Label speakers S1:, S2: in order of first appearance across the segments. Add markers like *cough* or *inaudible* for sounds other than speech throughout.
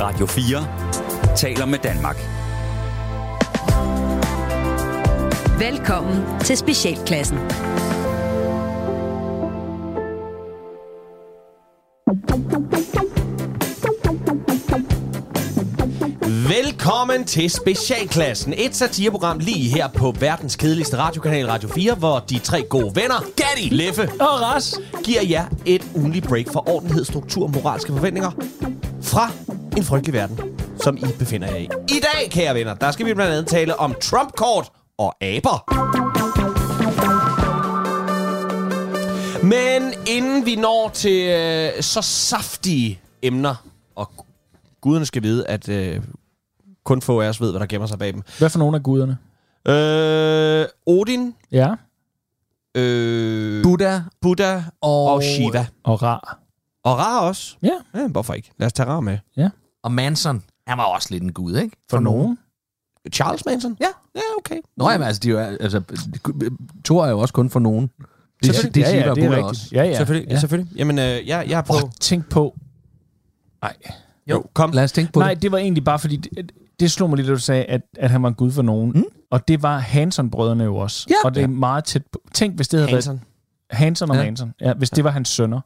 S1: Radio 4 taler med Danmark.
S2: Velkommen til Specialklassen.
S3: Velkommen til Specialklassen, et satireprogram lige her på verdens kedeligste radiokanal Radio 4, hvor de tre gode venner, Gatti, Leffe
S4: Og Ras.
S3: giver jer et ugenlig break for ordenhed, struktur og moralske forventninger fra en frygtelig verden, som I befinder jer i. I dag, kære venner, der skal vi blandt andet tale om Trump-kort og aber. Men inden vi når til øh, så saftige emner, og guderne skal vide, at øh, kun få af os ved, hvad der gemmer sig bag dem.
S4: Hvad for nogle af guderne?
S3: Øh, Odin,
S4: Ja.
S3: øh,
S4: Buddha
S3: Buddha og, og Shiva.
S4: Og Ra.
S3: Og Ra også.
S4: Ja.
S3: Ja, hvorfor ikke? Lad os tage Ra med.
S5: Og Manson, han var også lidt en gud, ikke?
S4: For nogen.
S3: Charles Manson?
S5: Ja.
S3: Ja, okay.
S5: Nå, jamen, altså, de er jo, altså, Thor er jo også kun for nogen. Det,
S3: Selvfølgelig.
S5: det,
S4: ja,
S5: siger
S4: ja, det er
S5: Buddha
S4: rigtigt.
S5: også.
S4: Ja, ja.
S3: Selvfølgelig, ja.
S4: Ja.
S3: selvfølgelig. Jamen, øh, jeg, jeg er på...
S4: Prøv, tænk på. Nej.
S3: Jo, kom.
S5: Lad os tænke på
S4: Nej,
S5: Nej.
S4: det var egentlig bare fordi, det, det slog mig lidt, da du sagde, at, at han var en gud for nogen. Mm. Og det var Hanson-brødrene jo også.
S5: Ja.
S4: Og det er meget tæt på. Tænk, hvis det havde Hanson.
S3: Hansen.
S4: været Hanson og
S5: Ja.
S4: ja. Hanson. Ja, hvis det var hans sønner,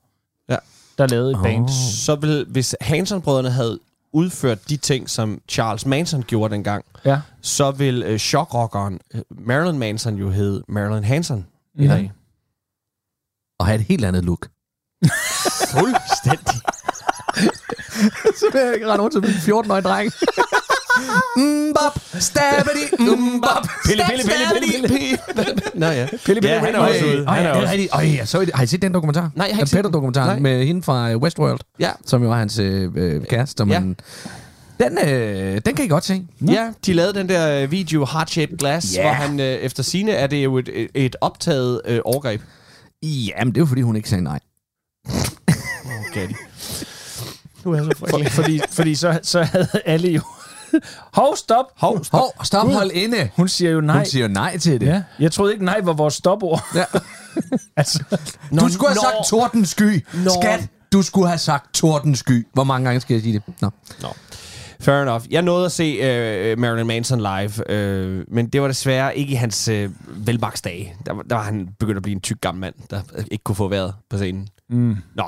S3: Ja.
S4: der lavede et oh. band.
S3: Så vil, hvis Hansen-brødrene havde udført de ting, som Charles Manson gjorde dengang,
S4: Ja.
S3: så vil øh, chokrockeren øh, Marilyn Manson jo hedde Marilyn Hanson i dag.
S5: det. Og have et helt andet look.
S3: *laughs* Fuldstændig.
S5: *laughs* Så vil jeg ikke rende rundt som en 14-årig dreng. *laughs* Mbop, stabidi, mbop,
S3: Pille, pille, pille, pille, pille. Nå ja.
S4: Pille, pille,
S3: ja, han er
S4: pille.
S3: også ude.
S5: Ej,
S3: Han er
S5: det er
S3: også.
S5: rigtigt. Ej, jeg så, har I set den dokumentar?
S3: Nej, jeg har ikke set den. Nej.
S5: Peter-dokumentaren med hende fra øh, Westworld,
S3: Ja.
S5: som jo var hans øh, øh, kæreste.
S3: Ja.
S5: Ja. Men, den, øh, den kan I godt se.
S3: Ja, de lavede den der øh, video Hard Shaped Glass,
S5: Ja.
S3: hvor han øh, efter sine er det jo et, et- et optaget øh, overgreb.
S5: Jamen, det er jo fordi, hun ikke sagde nej.
S3: Okay.
S4: Nu er jeg så for, fordi fordi så, så havde alle jo... *laughs* Hov, stop! Hov,
S5: Hov, stop, hold inde.
S4: Hun siger jo nej.
S5: Hun siger jo nej til det.
S4: Ja. Jeg troede ikke, nej var vores stopord. *laughs*
S5: Ja.
S4: altså,
S5: Du skulle have
S3: nå.
S5: sagt tordensky. Skat, du skulle have sagt tordensky. Hvor mange gange skal jeg sige det? Nå.
S3: Fair enough. Jeg nåede at se øh, Marilyn Manson live, øh, men det var desværre ikke i hans øh, velmaksdage. Der, var- der var han begyndt at blive en tyk gammel mand, der øh, ikke kunne få været på scenen. Mm. Nå.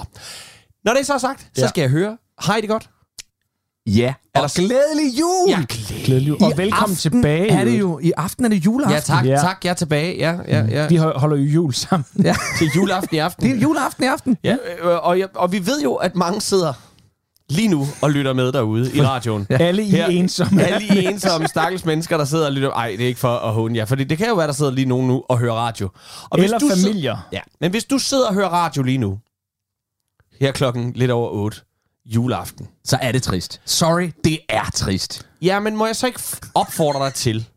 S3: Når det så er sagt, ja. så
S4: Ja.
S3: skal jeg høre. Hej, det godt?
S5: Ja, og
S3: der-
S5: glædelig jul!
S3: Ja,
S4: glædelig jul. Og
S5: I aften
S4: velkommen tilbage.
S5: Er det jo, I aften er det juleaften.
S3: ja tak, ja.
S4: Ja.
S3: tak. Jeg er tilbage. Ja, ja, ja.
S4: Vi ho- holder jo jul sammen.
S5: Ja. *laughs*
S3: Til juleaften i aften.
S5: Det er juleaften i aften.
S3: Ja. Øh, og, jeg, og vi ved jo, at mange sidder lige nu og lytter med derude i radioen.
S4: Ja. Alle I
S3: Her-
S4: Her. ensomme.
S3: Alle I ensomme, stakkels mennesker, der sidder og lytter. Ej, det er ikke for at håne jer, for det kan jo være, der sidder lige nogen nu og hører radio. Og
S4: Eller
S3: sid-
S4: familier.
S3: Ja, men hvis du sidder og hører radio lige nu, her klokken lidt over 8, juleaften.
S5: Så er det trist. Sorry, det er trist.
S3: Ja, men må jeg så ikke f- opfordre dig til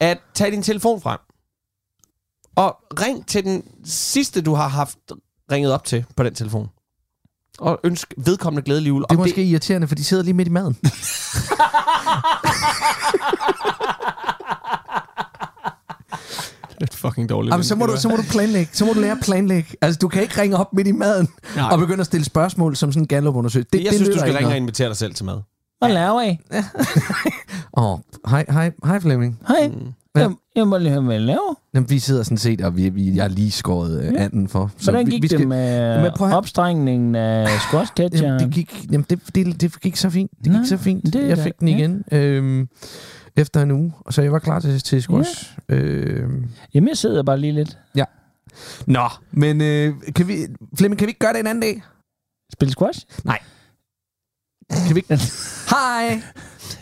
S3: at tage din telefon frem og ring til den sidste, du har haft ringet op til på den telefon. Og ønsk vedkommende glædelig jul.
S5: Det
S3: Om
S5: er måske irriterende, for de sidder lige midt i maden.
S3: det er fucking dårligt.
S5: Jamen, så, må du, så må du planlægge. Så må du lære at planlægge. Altså, du kan ikke ringe op midt i maden
S3: Nej.
S5: og begynde at stille spørgsmål som sådan en Gallup-undersøgelse. Det,
S3: jeg
S5: det
S3: synes, du
S5: nytter
S3: skal
S5: ikke
S3: ringe og
S5: noget.
S3: invitere dig selv til mad.
S4: Hvad laver I?
S5: Åh, hej, hej, hej Flemming.
S4: Hej. Jeg, jeg må lige høre, hvad I laver.
S5: Jamen, vi sidder sådan set, og vi, vi, jeg har lige skåret øh, anden for. Så
S4: Hvordan
S5: vi,
S4: gik
S5: vi
S4: det med
S5: Men prøv at høre-
S4: opstrengningen af squash
S5: Jamen, det
S4: ketchup?
S5: gik, jamen, det, det, det gik så fint. Det gik
S4: Nå,
S5: så fint.
S4: det er
S5: jeg
S4: da-
S5: fik den
S4: ja.
S5: igen øhm, efter en uge, og så jeg var klar til, til squash. Øhm,
S4: Jamen, jeg sidder bare lige lidt.
S5: nå, men øh, kan vi, Flemming, kan vi ikke gøre det en anden dag?
S4: Spil *laughs* squash?
S5: Kan vi
S4: *laughs*
S5: ikke? Hej!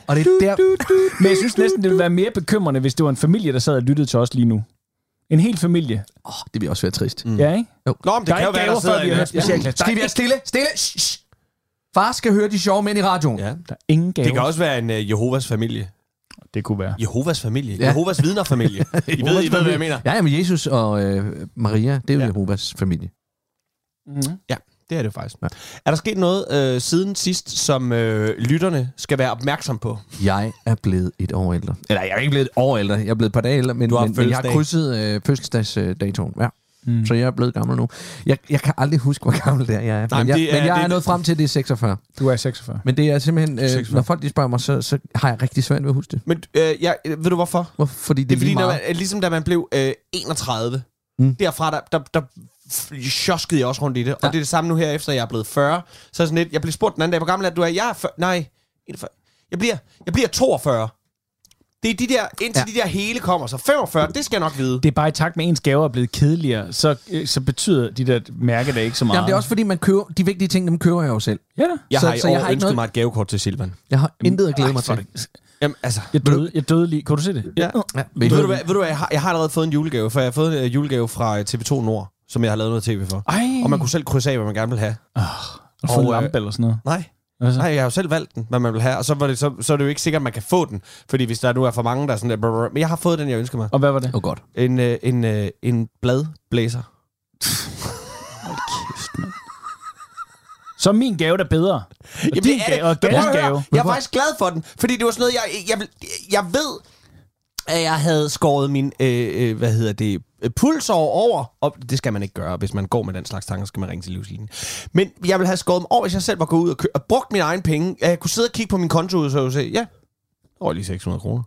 S5: Og det er der...
S4: Men jeg synes næsten, det ville være mere bekymrende, hvis det var en familie, der sad og lyttede til os lige nu. En hel familie.
S5: Åh, det vil også være trist. Mm.
S4: Ja, ikke?
S3: Nå, men det
S4: Der er
S3: kan jo
S4: ikke
S3: være, der
S4: gaver, før vi har hørt
S3: sidder en...
S4: specialklasse. Der
S5: Skal
S4: er
S5: vi være stille? Stille! Shh, shh. Far skal høre de sjove mænd i radioen.
S3: Ja.
S4: Der er ingen gaver.
S3: Det kan også være en uh, Jehovas familie.
S4: det kunne være.
S3: Jehovas familie?
S5: Ja.
S3: Jehovas vidnerfamilie. I, ved, I ved, hvad jeg mener.
S5: Ja, men Jesus og øh, Maria, det er jo
S3: Ja.
S5: ja. Jehovas familie.
S4: Mm.
S3: Ja, det er det jo faktisk. Ja. Er der sket noget øh, siden sidst, som øh, lytterne skal være opmærksom på?
S5: Jeg er blevet et år ældre. Eller jeg er ikke blevet et år ældre. Jeg er blevet et par dage ældre, men,
S3: Du har
S5: men, men jeg har
S3: fødselsdag.
S5: krydset øh, fødselsdagsdatoen. Øh, datoen. ja. Mm. Så jeg er blevet gammel nu. Jeg, jeg kan aldrig huske, hvor gammel det er, jeg er.
S3: Nej,
S5: men
S3: men
S5: jeg,
S3: det er-
S5: men jeg
S3: det-
S5: er nået frem til, at det er 46.
S4: Du er 46.
S5: Men det er simpelthen... Øh,
S3: 46.
S5: når folk de spørger mig, så, så har jeg rigtig svært ved at huske det.
S3: Men øh, jeg, ved du hvorfor? Det
S5: Hvorfor? Fordi det,
S3: er, det er fordi,
S5: lige
S3: når
S5: meget.
S3: man, øh, ligesom da man blev øh, 31,
S5: Mm.
S3: mm. derfra, der, der, der f- sjoskede jeg også rundt i det. Og
S5: Ja.
S3: ja. det er det samme nu her, efter jeg er blevet 40. Så er sådan lidt, jeg blev spurgt den anden dag, hvor gammel er du? Er jeg er fyr- Nej, 41. jeg bliver, jeg bliver 42. Det er de der, indtil
S5: Ja.
S3: ja. de der hele kommer. Så 45, det skal jeg nok vide.
S4: Det er bare i takt med, at ens gaver er blevet kedeligere, så, øh, så betyder de der mærke der ikke så meget.
S5: Jamen, det er også fordi, man køber... De vigtige ting, dem køber jeg jo selv.
S4: Ja, da.
S5: Så-
S3: Jeg så, har i
S5: så
S3: så
S5: jeg
S3: år
S5: har ikke
S3: ønsket
S5: noget-
S3: mig et gavekort til Silvan.
S5: Jeg har intet at glæde mig til.
S3: Jamen, altså...
S4: jeg døde, jeg døde lige. Kan du se det?
S3: Ja.
S5: Ja,
S3: Ved du hvad, ved du hvad jeg, har, jeg har allerede fået en julegave, for jeg har fået en øh, julegave fra øh, TV2 Nord, som jeg har lavet noget tv for.
S4: Ej,
S3: Og man kunne selv krydse af, hvad man gerne ville have.
S4: og få en
S3: og, øh,
S4: lampe eller sådan noget. Altså.
S3: Nej,
S4: Hvad så?
S3: nej, jeg har jo selv valgt den, hvad man vil have. Og så, var det, så, så er det jo ikke sikkert, at man kan få den, fordi hvis der nu er for mange, der er sådan der... brrr, Men jeg har fået den, jeg ønsker mig.
S4: Og hvad var det?
S5: Åh, oh, godt.
S3: En, øh, en, øh, en bladblæser.
S4: Så er min gave der bedre. Og
S3: Jamen,
S4: din gave, og
S3: Men prøv
S4: Gattes
S3: at høre,
S4: gave.
S3: Jeg er faktisk glad for den, fordi det var sådan noget, jeg, jeg, jeg, jeg ved, at jeg havde skåret min, øh, øh, hvad hedder det, øh, pulsår over. Og det skal man ikke gøre, hvis man går med den slags tanker, så skal man ringe til livslinjen. Men jeg ville have skåret dem over, hvis jeg selv var gået ud og, kø- og brugt min egen penge. At Jeg kunne sidde og kigge på min konto ud, så jeg se, ja, over lige 600 kroner.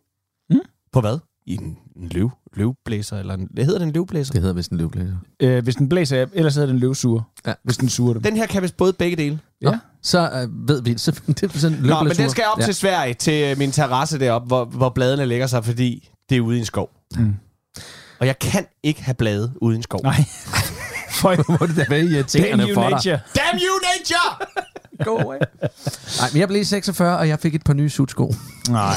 S4: Mm.
S3: På hvad? I en, en løv, løvblæser, eller en, hedder den løvblæser?
S5: Det hedder vist en løvblæser.
S4: Øh, hvis den blæser af, ellers hedder den løvsuger.
S5: Ja.
S4: Hvis den suger dem.
S3: Den her kan vist både begge dele.
S5: Ja. Så øh, ved vi, så *laughs* det er sådan en
S3: Nå, men den
S5: løvblæser.
S3: skal op
S5: *laughs*
S3: ja. til Sverige, til øh, min terrasse deroppe, hvor, hvor bladene lægger sig, fordi det er ude i en skov.
S4: Mm.
S3: Mm. Og jeg kan ikke have blade ude i en skov.
S4: Nej. For
S5: Må det da være
S4: Damn
S5: irriterende
S4: you
S5: for dig.
S4: nature.
S3: Damn you, nature!
S5: Go away. Nej, men jeg blev 46, og jeg fik et par nye sutsko.
S4: Nej,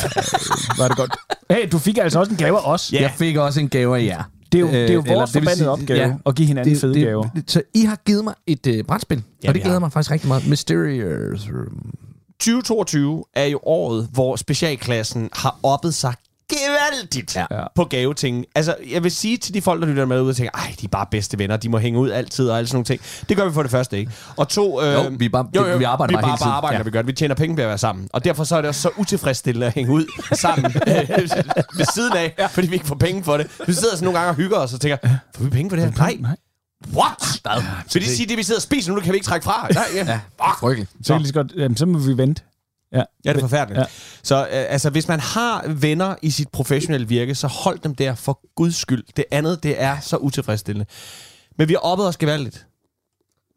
S4: var det godt. Hey, du fik altså også en gave af os.
S5: Yeah. Jeg fik også en gave af jer.
S4: Det er jo,
S5: Øh,
S4: det er jo
S5: eller
S4: vores
S5: det vil
S4: forbandede
S5: sige-
S4: opgave
S5: ja.
S4: at give hinanden
S5: Det,
S4: fede
S5: det,
S4: gaver.
S5: Så I har givet mig et øh, brætspil, ja,
S3: Ja,
S5: og
S3: vi
S5: det glæder
S3: har.
S5: mig faktisk rigtig meget. Mysterious Room.
S3: 2022 er jo året, hvor specialklassen har oppet sig gevaldigt ja. på gaveting. Altså, jeg vil sige til de folk, der lytter med ud og tænker, ej, de er bare bedste venner, de må hænge ud altid og alle sådan nogle ting. Det gør vi for det første, ikke? Og to, øh,
S5: Jo, vi er bare- vi arbejder
S3: vi
S5: bare
S3: bare,
S5: hele tiden.
S3: bare arbejder,
S5: Ja.
S3: ja. vi gør det. Vi tjener penge ved at være sammen. Og derfor så er det også så utilfredsstillende at hænge
S5: *laughs*
S3: ud sammen øh, ved siden af, ja. fordi vi ikke får penge for det. Vi sidder sådan nogle gange og hygger os og tænker, får vi penge for det her? Nej.
S4: Nej.
S3: What? Hvad? Vil det sige, at det vi sidder og spiser nu, det kan vi ikke trække fra? Nej, ja.
S5: Ja, frygteligt.
S4: Så, kan vi lige så, godt, jamen, så må vi vente. Ja.
S3: Ja, det er forfærdeligt.
S4: Ja.
S3: Ja. Så øh, altså, hvis man har venner i sit professionelle virke, så hold dem der for guds skyld. Det andet, det er så utilfredsstillende. Men vi har oppet os gevaldigt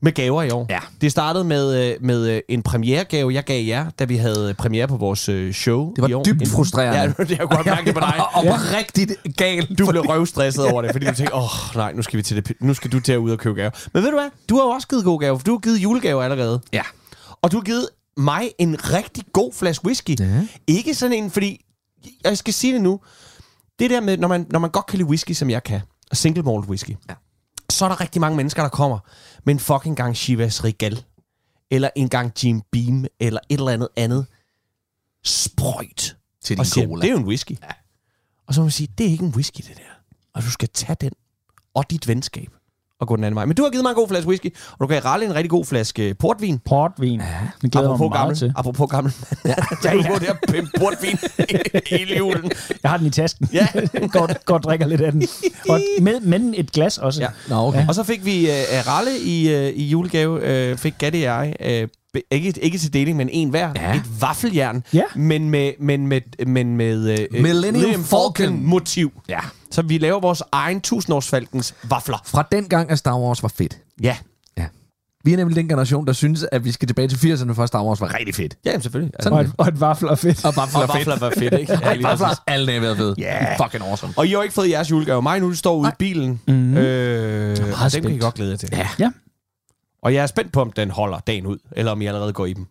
S3: med gaver i år.
S5: Ja.
S3: Det startede med, øh, med øh, en premieregave, jeg gav jer, da vi havde øh, premiere på vores øh, show
S5: Det var
S3: i år.
S5: dybt
S3: En-
S5: frustrerende.
S3: Ja, *laughs* det kunne jeg godt mærke det på
S5: *laughs*
S3: dig.
S5: Og oprigtigt galt.
S3: Du blev røvstresset over det, fordi du tænkte, åh oh, nej, nu skal, vi til det, nu skal du til at ud og købe gaver. Men ved du hvad? Du har jo også givet gode gaver, for du har givet julegaver allerede.
S5: Ja.
S3: Og du har givet mig en rigtig god flaske whisky.
S5: Ja.
S3: Ikke sådan en, fordi... Jeg skal sige det nu. Det der med, når man, når man godt kan lide whisky, som jeg kan, og single malt whisky,
S5: Ja.
S3: så er der rigtig mange mennesker, der kommer med en fucking gang Chivas Regal, eller en gang Jim Beam, eller et eller andet andet sprøjt.
S5: Til din
S3: Og siger,
S5: cola.
S3: det er jo en whisky. Ja. Og så må man sige, det er ikke en whisky, det der. Og du skal tage den og dit venskab og gå den anden vej. Men du har givet mig en god flaske whisky, og du kan ralle en rigtig god flaske portvin.
S4: Portvin. Ja. Det glæder jeg mig
S3: Apropos
S4: meget
S3: gammel,
S4: til.
S3: apropos gammel. *laughs* Ja. ja, ja. der pimp *laughs* portvin hele julen.
S4: Jeg har den i tasken.
S3: Ja.
S4: *laughs* godt, godt drikker lidt af den. Og med, men et glas også.
S3: Ja.
S5: Nå, okay.
S3: Og så fik vi øh, Ralle i, øh, i julegave, øh, fik Gatti og jeg, øh, be- ikke, ikke til deling, men en hver,
S5: Ja.
S3: ja. et vaffeljern,
S4: Ja.
S3: men med, men med, men med øh,
S5: Millennium Falcon.
S3: motiv.
S5: Ja.
S3: Så vi laver vores egen tusindårsfalkens vafler.
S5: Fra den gang, at Star Wars var fedt.
S3: Ja.
S5: Vi er nemlig den generation, der synes, at vi skal tilbage til 80'erne, før Star Wars var rigtig fedt.
S3: Ja, jamen, selvfølgelig. Altså,
S4: Og et, og et vafler er fedt.
S5: Og vafler
S3: og
S5: var fedt.
S3: vafler var fedt, ikke? Ja,
S5: Ej,
S3: lige
S5: vafler
S3: præcis.
S5: har alle dage været fedt.
S3: Ja.
S5: Fucking awesome.
S3: Og I har ikke fået jeres julegave. Mig nu, du står ude i bilen. Mm-hmm. Øh, og den kan I
S4: spændt.
S3: godt glæde jer til.
S5: Ja.
S4: Ja.
S3: Og jeg er spændt på, om den holder dagen ud, eller om I allerede går i dem.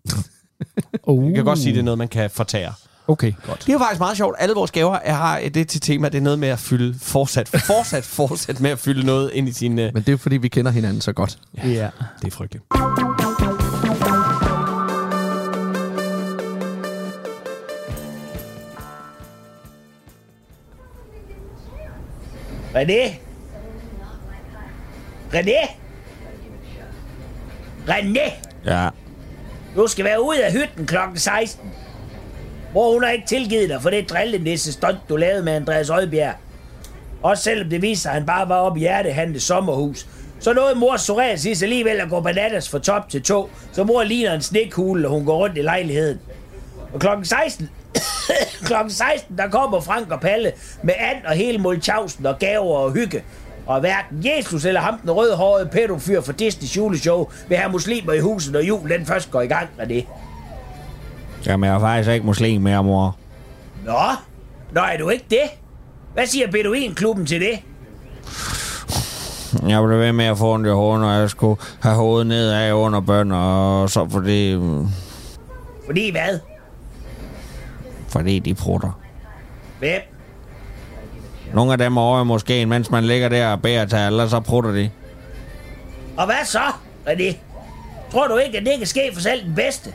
S4: Oh.
S3: Jeg kan godt sige, det er noget, man kan fortære.
S4: Okay, godt.
S3: Det er jo faktisk meget sjovt. Alle vores gaver er, har det til tema, det er noget med at fylde fortsat, fortsat, fortsat med at fylde noget ind i sin... Øh...
S5: Men det er jo, fordi, vi kender hinanden så godt.
S4: Uh. Ja.
S3: Det er frygteligt.
S2: René? René? René?
S3: Ja.
S2: Du skal være ude af hytten kl. 16. Mor, hun har ikke tilgivet dig for det drillenisse stunt, du lavede med Andreas Øjbjerg. Også selvom det viste sig, at han bare var oppe i hjertehandlet sommerhus. Så nåede mor psoriasis alligevel at gå bananas fra top til tå, så mor ligner en snekugle, og hun går rundt i lejligheden. Og klokken 16, *coughs* klokken 16, der kommer Frank og Palle med and og hele Molchausen og gaver og hygge. Og hverken Jesus eller ham den rødhårede pædofyr fra Disney's juleshow vil have muslimer i huset, når julen den først går i gang med det.
S3: Jamen, jeg er faktisk ikke muslim mere, mor.
S2: Nå, nå er du ikke det? Hvad siger Beduinklubben til det?
S3: Jeg blev ved med at få ondt i hovedet, og jeg skulle have hovedet nedad under bønder, og så fordi,
S2: Fordi hvad?
S3: fordi de prutter.
S2: Hvem?
S3: Nogle af dem er over i moskeen, mens man ligger der og bærer til alle, så prutter de.
S2: Og hvad så, René? Tror du ikke, at det kan ske for selv den bedste?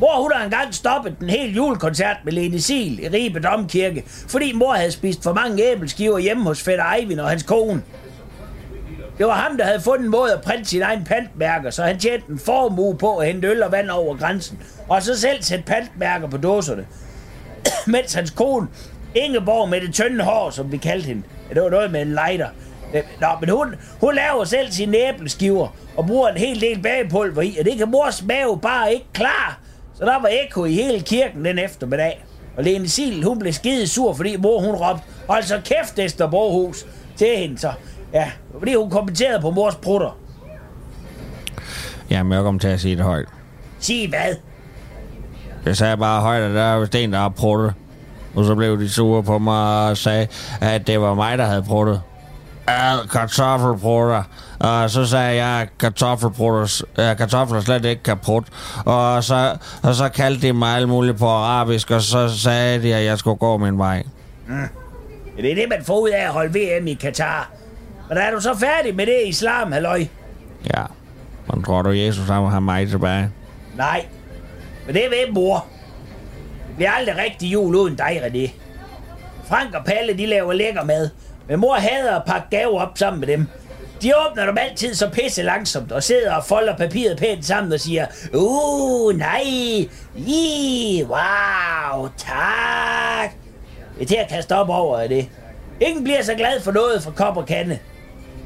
S2: Mor hun har engang stoppet den hele julekoncert med Lene Sil i Ribe Domkirke, fordi mor havde spist for mange æbleskiver hjemme hos fætter Eivind og hans kone. Det var ham, der havde fundet en måde at printe sin egen pantmærker, så han tjente en formue på at hente øl og vand over grænsen, og så selv sætte pantmærker på dåserne. Mens hans kone, Ingeborg med det tynde hår, som vi kaldte hende, ja, det var noget med en lighter. Øh, Nå, men hun, hun laver selv sine æbleskiver og bruger en hel del bagepulver i, og det kan mors mave bare ikke klar. Så der var ekko i hele kirken den eftermiddag. Og Lene Sil, hun blev skide sur, fordi mor hun råbte, hold så kæft, Esther Borghus, til hende så. Ja, fordi hun kommenterede på mors prutter.
S3: Jamen, jeg kom til at sige det højt.
S2: Sig hvad?
S3: Jeg sagde bare højt, at der er vist en, der har pruttet. Og så blev de sure på mig og sagde, at det var mig, der havde pruttet. Ad kartoffelprutter. Og så sagde jeg, at kartoffelprutter, øh, kartofler slet ikke kan prutte. Og så, og så kaldte de mig alt muligt på arabisk, og så sagde de, at jeg skulle gå min vej.
S2: Ja, det er det, man får ud af at holde VM i Katar. Men er du så færdig med det islam, halløj?
S3: Ja. Men tror du, Jesus han vil have mig tilbage?
S2: Nej. Men det er ved, mor. Vi har aldrig rigtig jul uden dig, René. Frank og Palle, de laver lækker mad. Men mor hader at pakke gaver op sammen med dem. De åbner dem altid så pisse langsomt og sidder og folder papiret pænt sammen og siger Uh, nej, i, wow, tak. Det er til at kaste op over af det. Ingen bliver så glad for noget fra kop og kande.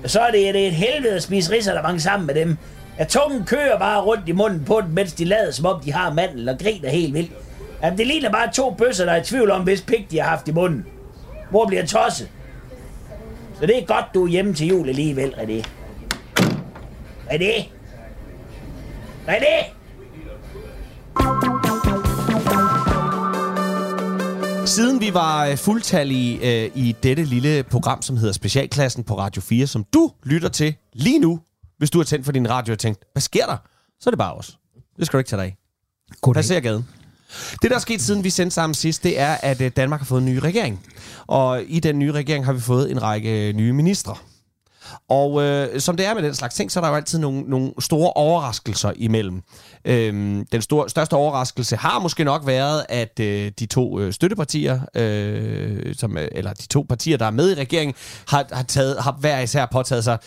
S2: Og så er det, det er et helvede at spise risalamande sammen med dem. At tungen kører bare rundt i munden på dem, mens de lader som om de har mandel og griner helt vildt. Jamen, det ligner bare to bøsser, der er i tvivl om, hvis pik de har haft i munden. Mor bliver tosset. Så det er godt, du er hjemme til jul alligevel, René. René! René!
S3: Siden vi var øh, fuldtallige øh, i dette lille program, som hedder Specialklassen på Radio 4, som du lytter til lige nu, hvis du har tændt for din radio og tænkt, hvad sker der? Så er det bare os. Det skal du ikke tage dig af. Goddag. ser gaden. Det, der er sket siden vi sendte sammen sidst, det er, at øh, Danmark har fået en ny regering. Og i den nye regering har vi fået en række øh, nye ministre. Og øh, som det er med den slags ting, så er der jo altid nogle, nogle store overraskelser imellem. Øhm, den store, største overraskelse har måske nok været, at øh, de to øh, støttepartier, øh, som, øh, eller de to partier, der er med i regeringen, har, har, taget, har hver især påtaget sig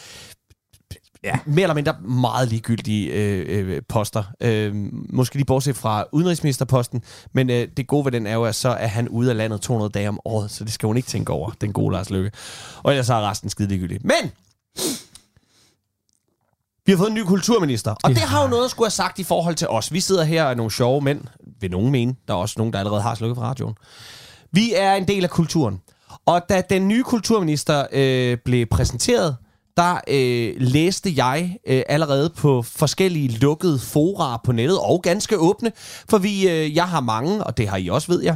S3: ja. mere eller mindre meget ligegyldige øh, øh, poster. Øh, måske lige bortset fra udenrigsministerposten, men øh, det gode ved den er jo, at så er han ude af landet 200 dage om året, så det skal hun ikke tænke over, den gode Lars Løkke. Og ellers er resten skide ligegyldig. Men vi har fået en ny kulturminister, og det har jo noget at skulle have sagt i forhold til os. Vi sidder her og er nogle sjove mænd, vil nogen mene. Der er også nogen, der allerede har slukket for radioen. Vi er en del af kulturen. Og da den nye kulturminister øh, blev præsenteret, der øh, læste jeg øh, allerede på forskellige lukkede fora på nettet, og ganske åbne, for vi, øh, jeg har mange, og det har I også, ved jeg,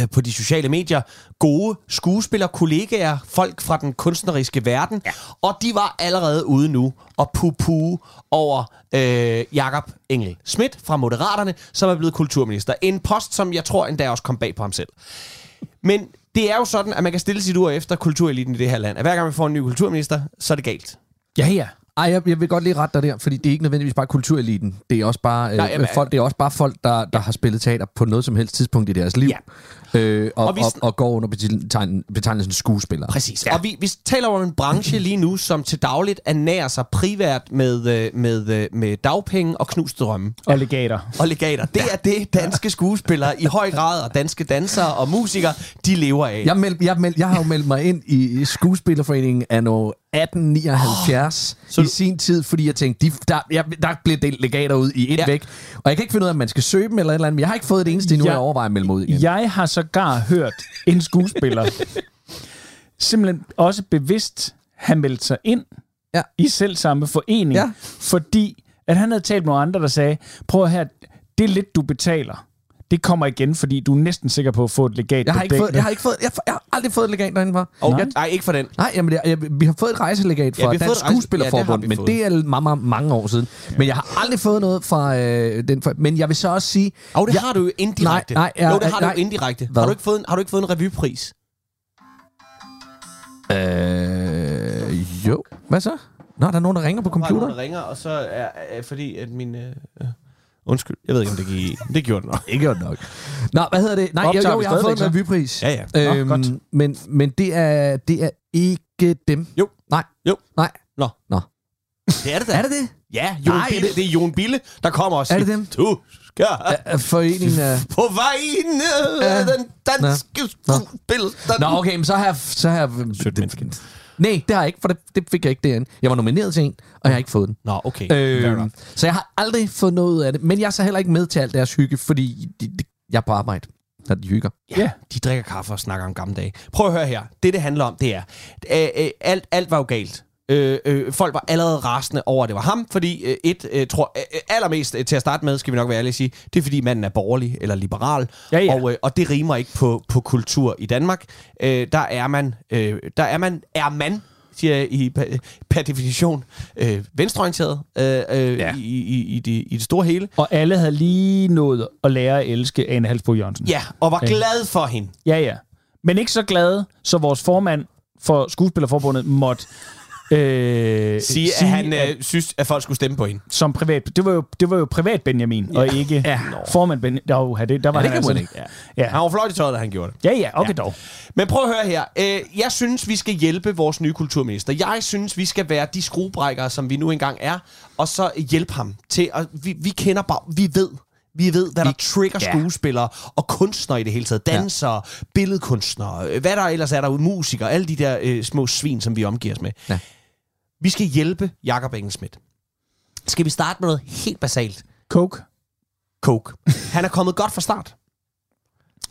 S3: øh, på de sociale medier, gode skuespillere, kollegaer, folk fra den kunstneriske verden, ja. og de var allerede ude nu og pupu over øh, Jakob Engel Schmidt fra Moderaterne, som er blevet kulturminister. En post, som jeg tror endda også kom bag på ham selv. Men det er jo sådan, at man kan stille sit ur efter kultureliten i det her land. At hver gang vi får en ny kulturminister, så er det galt.
S4: Ja, ja.
S5: Ej, jeg, jeg vil godt lige rette dig der, fordi det er ikke nødvendigvis bare kultureliten. Det er også bare, øh,
S3: Nej, jamen,
S5: folk, det er også bare folk, der, der har spillet teater på noget som helst tidspunkt i deres liv. Ja. Øh, og, og,
S3: Og vi
S5: og,
S3: sn-
S5: og går under betegn- betegnelsen skuespiller.
S3: Præcis. Ja. Og vi, vi taler om en branche lige nu, som til dagligt ernærer sig privært med, øh, med, øh, med dagpenge og knuste drømme
S4: Og legater.
S3: og legater. Det er det, danske skuespillere i høj grad, og danske dansere og musikere, de lever af.
S5: Jeg, meld, jeg, meld, jeg har jo meldt mig ind i i Skuespillerforeningen anno 1879 oh, i sin tid, fordi jeg tænkte, de, der, jeg, der blev delt legater ud i et
S3: Ja.
S5: ja. væk. Og jeg kan ikke finde ud af, om man skal søge dem eller et eller andet, men jeg har ikke fået det eneste endnu,
S4: Ja.
S5: jeg overvejer at melde mig ud igen.
S4: Jeg har sågar hørt en skuespiller simpelthen også bevidst have meldt sig ind
S5: Ja.
S4: i selv samme forening,
S5: Ja.
S4: fordi at han havde talt med nogle andre, der sagde, prøv her, det er lidt, du betaler. Det kommer igen, fordi du er næsten sikker på at få et legat
S5: Jeg har,
S4: på
S5: ikke fået,
S4: bækkene."
S5: jeg, har ikke fået, jeg, har- jeg har aldrig fået et legat derinde var.
S3: Og, jeg, nej, ikke for den.
S5: Nej, jamen, jeg, jeg, vi har fået et rejselegat
S3: Ja,
S5: fra
S3: vi
S5: ja,
S3: har fået
S5: Dansk
S3: et rejse-
S5: Skuesspillerforbund,
S3: ja, det har vi
S5: ja, men
S3: fået.
S5: det er mange, mange, mange år siden. Ja. Men jeg har aldrig fået noget fra øh, den. For, men jeg vil så også sige...
S3: Og oh, det
S5: jeg,
S3: jeg, har du jo indirekte.
S5: Nej, nej, jeg-
S3: jo, det har
S5: nej.
S3: du jo indirekte.
S5: Hvad?
S3: Har du, ikke fået en, har du ikke fået en revypris?
S5: Øh, jo. Hvad så? Nå, der er nogen, der ringer på computeren.
S3: ringer, og så er, er fordi, at min... Øh, øh, undskyld, jeg ved ikke, om det gik i. Det gjorde det nok.
S5: Ikke gjort nok. Nå, hvad hedder det? Nej, jo,
S4: Optager
S5: jo,
S4: vi
S5: jeg har fået en
S4: stadigvæk,
S5: revypris.
S3: Ja, ja.
S4: Nå,
S5: Øhm,
S4: godt.
S5: men, men det er, det er ikke dem.
S3: Jo.
S5: Nej.
S3: Jo.
S5: Nej.
S3: Nå.
S5: Nå.
S3: Det er det da.
S5: Er det det?
S3: Ja, Jon
S5: Nej,
S3: Nej, Bille.
S5: det-
S3: Det... det er Jon Bille, der kommer og
S5: Er
S3: siger,
S5: det dem?
S3: du skal
S5: Er Foreningen øh- af...
S3: på vegne
S5: Ja.
S3: af den danske
S5: Nå.
S3: skuespiller.
S5: Nå, okay, men så har jeg... Så har jeg
S3: Sødt menneske.
S5: Nej, det har jeg ikke, for det, det fik jeg ikke derinde. Jeg var nomineret til en, og jeg har ikke fået den.
S3: Nå, okay.
S5: Øhm, så jeg har aldrig fået noget ud af det. Men jeg er så heller ikke med til alt deres hygge, fordi de, de, jeg er på arbejde, når de hygger.
S3: Ja, de drikker kaffe og snakker om gamle dage. Prøv at høre her. Det, det handler om, det er, øh, øh, alt, alt var jo galt. Øh, øh, folk var allerede rasende over, at det var ham, fordi øh, et, øh, tror, øh, øh, allermest øh, til at starte med, skal vi nok være ærlige at sige, det er fordi manden er borgerlig eller liberal,
S4: Ja, ja.
S3: Og, øh, og det rimer ikke på, på kultur i Danmark. Øh, der er man, øh, der er man, er man, siger jeg i, per, per definition, øh, venstreorienteret øh, øh, ja. i, i, i, det, i det store hele.
S4: Og alle havde lige nået at lære at elske Ane Halsbo Jørgensen.
S3: Ja, og var
S4: Ja.
S3: glad for hende.
S4: Ja, ja. Men ikke så glade, så vores formand for Skuespillerforbundet måtte øh,
S3: Sige, at han øh, synes, at folk skulle stemme på hende.
S4: som privat... Det var jo, det var jo privat Benjamin, ja. og ikke ja. formand Benjamin. Der, var, det, der var
S5: Ja, det
S4: han
S5: kan man
S4: altså-
S5: ikke.
S4: Ja.
S3: Han var flot i tøjet, da han gjorde det.
S4: Ja, ja, okay ja. dog.
S3: Men prøv at høre her. Øh, Jeg synes, vi skal hjælpe vores nye kulturminister. Jeg synes, vi skal være de skruebrækkere, som vi nu engang er, og så hjælpe ham til at... Vi, vi kender bare... Vi ved, vi ved, hvad der trigger ja. skuespillere og kunstnere i det hele taget. Dansere, ja. billedkunstnere, øh, hvad der ellers er der, musikere, alle de der øh, små svin, som vi omgiver os med.
S5: Ja.
S3: Vi skal hjælpe Jakob Engelsmidt. Skal vi starte med noget helt basalt?
S4: Coke.
S3: Coke. Han er kommet godt fra start.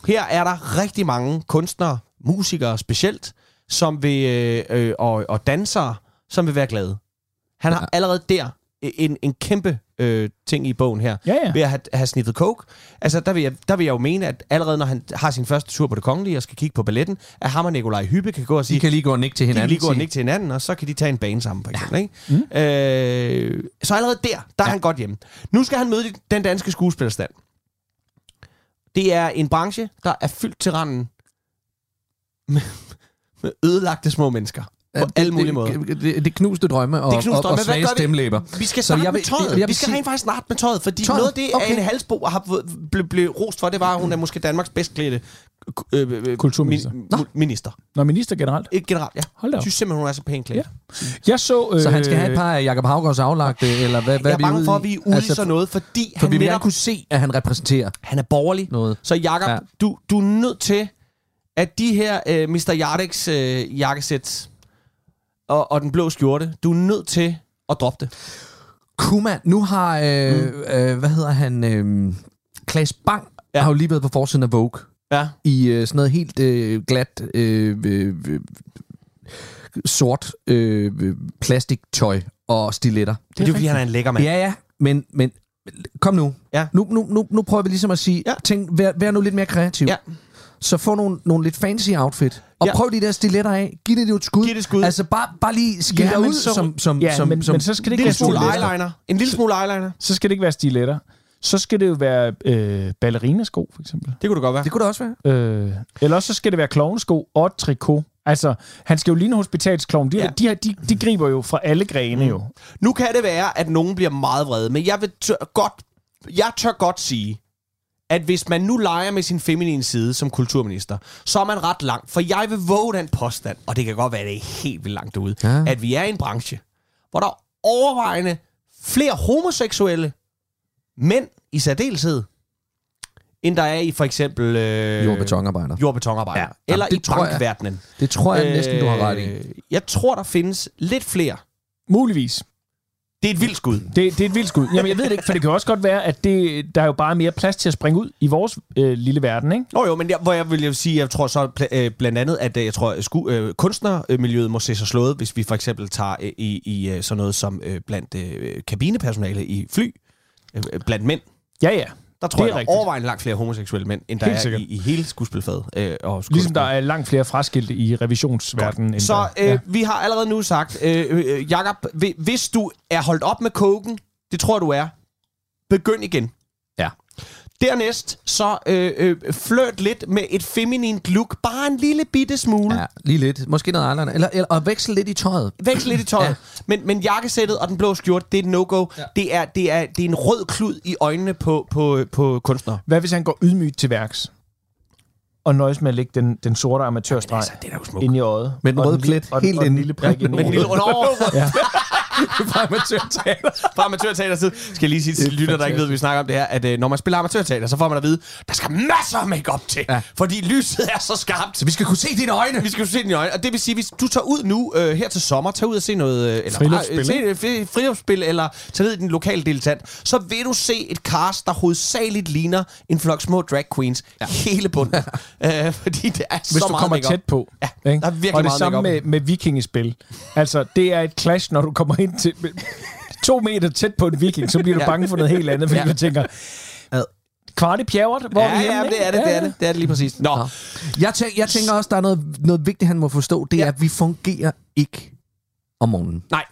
S3: Her er der rigtig mange kunstnere, musikere specielt, som vil, øh, øh, og, og dansere, som vil være glade. Han har allerede der en, en kæmpe øh, ting i bogen her,
S4: Ja, ja.
S3: ved at have, have sniffet coke. Altså, der vil, jeg, der vil jeg jo mene, at allerede når han har sin første tur på det kongelige og skal kigge på balletten, at ham og Nikolaj Hyppe kan gå og sige,
S5: De kan lige gå og nikke til
S3: de kan
S5: hinanden.
S3: lige gå og
S5: sige,
S3: nikke til hinanden, og så kan de tage en bane sammen, for eksempel. Ja.
S5: Mm.
S3: Ikke? Øh, så allerede der, der er han godt hjemme. Nu skal han møde den danske skuespillerstand. Det er en branche, der er fyldt til randen med, med ødelagte små mennesker.
S5: Ja,
S3: På ja, alle mulige måder.
S5: Det, det, det knuste drømme og,
S3: knuste
S5: og,
S3: drømme.
S5: og
S3: Hvad
S5: svage
S3: gør vi?
S5: stemlæber.
S3: Vi skal starte
S5: jeg
S3: med
S5: vil-
S3: tøjet.
S5: jeg vil
S3: vi skal
S5: sige-
S3: rent faktisk starte med tøjet, fordi
S5: Tøjet,
S3: noget af det,
S5: okay.
S3: okay. Anne Halsbo har blevet ble, ble rost for, det var, at hun er måske Danmarks bedst klædte øh, øh,
S4: Kulturminister.
S3: Min, minister.
S4: Når minister generelt.
S3: Ikke generelt, ja.
S4: Hold da
S3: Jeg
S4: op.
S3: synes simpelthen, hun er så pænt klædt.
S4: Ja. Jeg så... Øh,
S5: Så han skal have et par af Jacob Havgårds aflagte, eller hvad, hvad
S3: jeg er
S5: vi
S3: bange
S5: ude
S3: for, at vi er ude altså, i
S5: Altså,
S3: sådan noget, fordi
S5: For
S3: han
S5: vi vil
S3: netop,
S5: gerne kunne se, at han repræsenterer
S3: han er borgerlig.
S5: noget.
S3: Så Jakob,
S5: Ja.
S3: ja. du, du er nødt til, at de her øh, Mr. Yardex øh, jakkesæt og, og den blå skjorte, du er nødt til at droppe det.
S5: Kuma, nu har, øh, mm. øh, hvad hedder han, øh, Klaas Bang, ja.
S3: Ja.
S5: har jo lige været på forsiden af Vogue
S3: Ja.
S5: i øh, sådan noget helt øh, glat øh, øh, øh, sort øh, øh, plastiktøj og stiletter.
S3: Det er jo, fordi han er en lækker mand.
S5: Ja, ja, men, men kom nu.
S3: Ja.
S5: Nu, nu, nu. nu prøver vi ligesom at sige, ja.
S3: Ja.
S5: tænk, vær, vær nu lidt mere kreativ.
S3: Ja.
S5: Så få nogle, nogle lidt fancy outfit, og ja.
S3: Ja.
S5: prøv de der stiletter af. Giv det jo et skud.
S3: Giv det et skud.
S5: Altså bare, bare lige skære
S4: Ja,
S5: ja,
S4: men
S5: ud
S4: så-
S5: som, som,
S4: Ja,
S5: som,
S4: men-
S5: som
S4: men så skal det
S3: En
S4: ikke
S3: lille
S4: være
S3: smule
S4: stiletter.
S3: eyeliner. En lille smule eyeliner.
S4: Så skal det ikke være stiletter. Så skal det jo være øh, ballerinasko, for eksempel.
S3: Det kunne du godt være.
S5: Det kunne det også være.
S4: Øh, eller også så skal det være klovnesko og trikot. Altså, han skal jo ligne hospitalskloven. De,
S3: Ja.
S4: ja. de, her- de, de griber jo fra alle
S5: Mm.
S4: grene jo.
S3: Nu kan det være, at nogen bliver meget vrede, men jeg, vil tør godt, jeg tør godt sige, at hvis man nu leger med sin feminine side som kulturminister, så er man ret langt. For jeg vil våge den påstand, og det kan godt være, at det er helt vildt langt ude, ja.
S5: Ja.
S3: at vi er i en branche, hvor der er overvejende flere homoseksuelle mænd i særdeleshed, end der er i for eksempel øh,
S5: Jord- og betonarbejder.
S3: jordbetonarbejdere. Ja. Eller
S5: Jamen,
S3: i
S5: det tror jeg-
S3: bankverdenen.
S5: Det tror jeg næsten, du har ret i.
S3: Øh, Jeg tror, der findes lidt flere.
S4: Muligvis.
S3: Det er et vildt skud.
S4: Det, det er et vildt skud. Jamen, jeg ved det ikke, for det kan jo også godt være, at det, der er jo bare mere plads til at springe ud i vores øh, lille verden, ikke?
S3: Nå jo, men jeg, hvor jeg vil jo sige, jeg tror så pla- øh, blandt andet, at øh, jeg tror, at sku, øh, kunstnermiljøet må se sig slået, hvis vi for eksempel tager øh, i, i øh, sådan noget som øh, blandt øh, kabinepersonale i fly, øh, øh, blandt mænd.
S4: Ja, ja. Ligesom
S3: Der tror
S4: Det er
S3: jeg, der er
S4: rigtigt.
S3: overvejende langt flere homoseksuelle mænd, end der
S4: Helt
S3: er
S4: sikkert.
S3: i, i hele skuespilfaget. Øh, og
S4: Ligesom der er langt flere fraskilte i revisionsverdenen. End
S3: Så
S4: der.
S3: øh,
S4: ja.
S3: ja. vi har allerede nu sagt, øh, øh, Jakob, hvi- hvis du er holdt op med koken, det tror jeg, du er, begynd igen.
S5: Ja.
S3: Dernæst, så øh, øh, flørt lidt med et feminint look, bare en lille bitte smule.
S5: Ja, lige lidt. Måske noget andet. Eller, eller, og veksle lidt i tøjet.
S3: Væksel lidt i tøjet. Ja. Men, men jakkesættet og den blå skjorte, det er et no-go. Ja. Det, er, det, er, det er en rød klud i øjnene på, på, på kunstnere.
S4: Hvad hvis han går ydmygt til værks? Og nøjes med at lægge den, den sorte amatørstreg
S3: altså, det er da jo smukt.
S4: ind i øjet.
S5: Med den
S4: Og
S5: røde
S4: lille-
S5: plet
S4: og,
S5: helt
S4: og, og den
S5: inde.
S4: lille
S5: *laughs*
S4: prik ja, ind i
S3: Men lille
S4: hovedet.
S3: rød
S4: Ja.
S3: fra amatørteater. Fra amatørteaterside. Skal jeg lige sige til lytter, der ikke ved, at vi snakker om det her, at øh, når man spiller amatørteater, så får man at vide, der skal masser af makeup til, ja.
S5: Ja.
S3: fordi lyset er så skarpt.
S5: Så vi skal kunne se dine øjne.
S3: Vi skal jo se dine øjne. Og det vil sige, hvis du tager ud nu øh, her til sommer, tager ud og se noget... Øh, eller
S4: Friluftsspil,
S3: bare, øh, se, øh, friluftsspil, eller tager ned i den lokale dilettant, så vil du se et cast, der hovedsageligt ligner en flok små drag queens ja. hele bunden. øh, fordi det er
S4: Hvis
S3: så
S4: du
S3: meget
S4: kommer
S3: makeup.
S4: tæt på.
S3: Ja,
S4: ikke?
S3: der er virkelig
S4: og det
S3: meget
S4: samme med,
S3: makeup.
S4: med vikingespil. Altså, det er et clash, når du kommer ind til... med- To meter tæt på en viking, så bliver du
S3: Ja.
S4: bange for noget helt andet, fordi
S3: Ja.
S4: ja. du tænker... Kvart i pjerret? Hvor er
S3: Ja,
S4: vi henne,
S3: ja,
S4: ikke?
S3: det er det, det er det. Det er det lige præcis. Nå.
S5: Nå. Jeg, tæ- jeg tænker også, der er noget, noget vigtigt, han må forstå. Det er, at vi fungerer ikke om morgenen.
S3: Nej.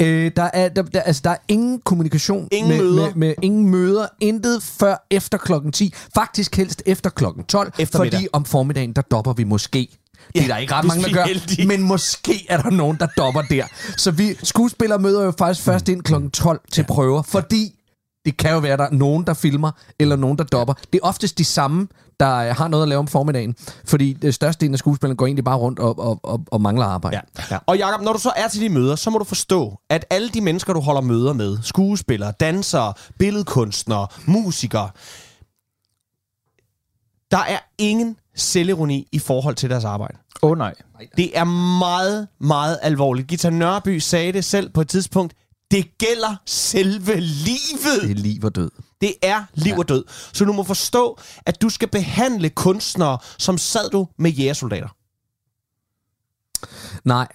S5: Øh, der, er, der, der, altså, der er ingen kommunikation.
S3: Ingen
S5: med,
S3: møder.
S5: Med, med, ingen møder. Intet før efter klokken 10. Faktisk helst efter klokken 12.
S3: Eftermiddag.
S5: Fordi om formiddagen, der dopper vi måske. Det er der ikke ret
S3: hvis
S5: mange, der
S3: vi er
S5: gør.
S3: heldige.
S5: Men måske er der nogen, der dopper der. Så vi skuespillere møder jo faktisk
S3: Mm.
S5: først ind klokken 12 til prøver. Fordi det kan jo være, der er nogen, der filmer, eller nogen, der dopper. Det er oftest de samme, der øh, har noget at lave om formiddagen. Fordi det størstedelen af skuespillerne går egentlig bare rundt og, og, og, og mangler arbejde.
S3: Ja. ja. Og Jakob, når du så er til de møder, så må du forstå, at alle de mennesker, du holder møder med, skuespillere, dansere, billedkunstnere, musikere, der er ingen selvironi i forhold til deres arbejde.
S4: Åh oh, nej.
S3: Det er meget, meget alvorligt. Gita Nørby sagde det selv på et tidspunkt. Det gælder selve livet.
S5: Det er liv og død.
S3: Det er liv og død. Så du må forstå, at du skal behandle kunstnere, som sad du med jægersoldater.
S5: Nej.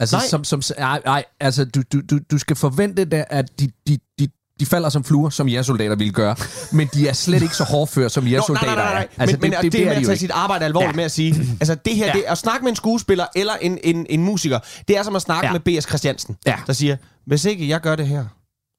S5: Altså,
S3: Nej.
S5: nej. som, som, nej, nej, altså, du, du, du, du skal forvente, da, at de, de, de, de falder som fluer, som jeres soldater ville gøre. Men de er slet ikke så hårdføre, som jeres
S3: Nå,
S5: soldater er.
S3: Altså, men, det, men det, det, det
S5: er
S3: med
S5: de
S3: at
S5: jo
S3: tage
S5: ikke.
S3: sit arbejde alvorligt ja. med at sige, altså det her, ja. det, at snakke med en skuespiller eller en, en, en musiker, det er som at snakke ja.
S5: Ja.
S3: med B.S. Christiansen,
S5: Ja.
S3: der siger, hvis ikke jeg gør det her,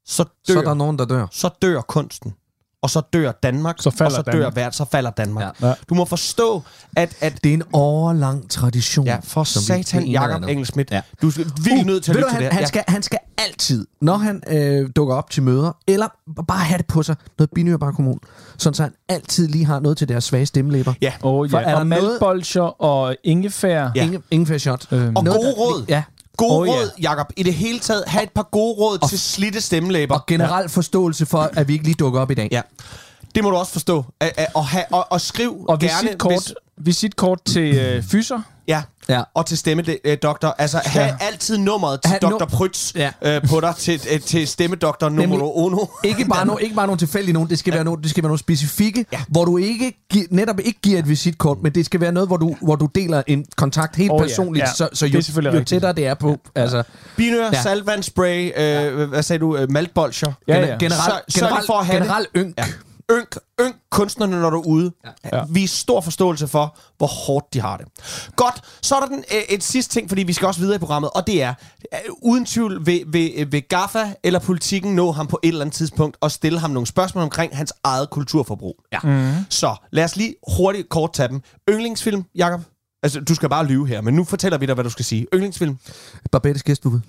S3: så dør,
S5: Så er der nogen, der dør.
S3: så dør kunsten. Og så dør Danmark,
S4: Så falder
S3: og så dør
S4: Danmark.
S3: verden, så falder Danmark. Ja.
S4: Ja. Ja.
S3: Du må forstå, at, at
S5: Det er en årlang tradition.
S3: ja, for
S5: som vi- det
S3: satan,
S5: ene eller
S3: Jakob
S5: andet.
S3: Engelsmidt, ja. du er vildt uh, nødt til at
S5: ved du,
S3: lytte til det
S5: han,
S3: her.
S5: han,
S3: Ja.
S5: skal, han skal altid, når han øh, dukker op til møder, eller bare have det på sig, noget binyer bare kommun, sådan så han altid lige har noget til deres svage stemmelæber.
S3: Ja.
S4: Oh,
S5: For er
S4: ja.
S5: der
S4: Og
S5: noget-
S4: maltbolcher og ingefær.
S3: Ja.
S5: Ja. Ingen, ingen fair shot. øh.
S4: Øhm.
S3: Og
S5: Noget,
S3: gode
S5: der-
S3: råd.
S5: Ja.
S3: Gode
S5: oh,
S4: Åh, ja.
S3: råd, Jakob. I det hele taget, have et par gode råd til slitte stemmelæber.
S5: Og generel forståelse for, at vi ikke lige dukker op i dag.
S3: Ja. Det må du også forstå. Æ, æ, og, have, og, og skriv
S4: Og
S3: gerne...
S4: visitkort,
S3: hvis-
S4: visitkort til øh, fyser.
S3: ja.
S5: Ja.
S3: Og til stemmedoktor. Altså, ja. have altid nummeret til
S5: Ha' nu-
S3: Dr. Prytz
S5: Ja.
S3: øh, på dig til, øh, til stemmedoktor nummer
S5: Nemlig-
S3: uno.
S5: Ikke bare, no, ikke bare nogle tilfældige nogen, det skal, være nogle, det skal være nogle specifikke, ja. hvor du ikke gi- netop ikke giver et visitkort, men det skal være noget, hvor du, hvor du deler en kontakt helt
S4: Åh,
S5: oh,
S4: ja.
S5: personligt,
S4: Ja.
S5: ja. så, så
S4: Det er
S5: jo,
S4: selvfølgelig
S5: jo
S4: rigtigt.
S5: tættere det er på. Altså,
S3: Binør, ja.
S5: Ja.
S3: salvandspray, øh, hvad sagde du, øh, maltbolcher.
S4: Ja,
S5: gener-
S4: ja.
S5: Generelt
S3: Så- så er det for at have det.
S5: generelt ynk.
S3: Ja. Ynk, ynk kunstnerne, når du er ude. Ja.
S4: Ja.
S3: Vis stor forståelse for, hvor hårdt de har det. Godt, så er der den, øh, et sidste ting, fordi vi skal også videre i programmet, og det er, øh, uden tvivl vil, vil, øh, vil Gaffa eller politikken nå ham på et eller andet tidspunkt og stille ham nogle spørgsmål omkring hans eget kulturforbrug. Ja. Mm. Så lad os lige hurtigt kort tage dem. Yndlingsfilm, Jakob? Altså, du skal bare lyve her, men nu fortæller vi dig, hvad du skal sige. Yndlingsfilm?
S5: Barbettes gæstbud.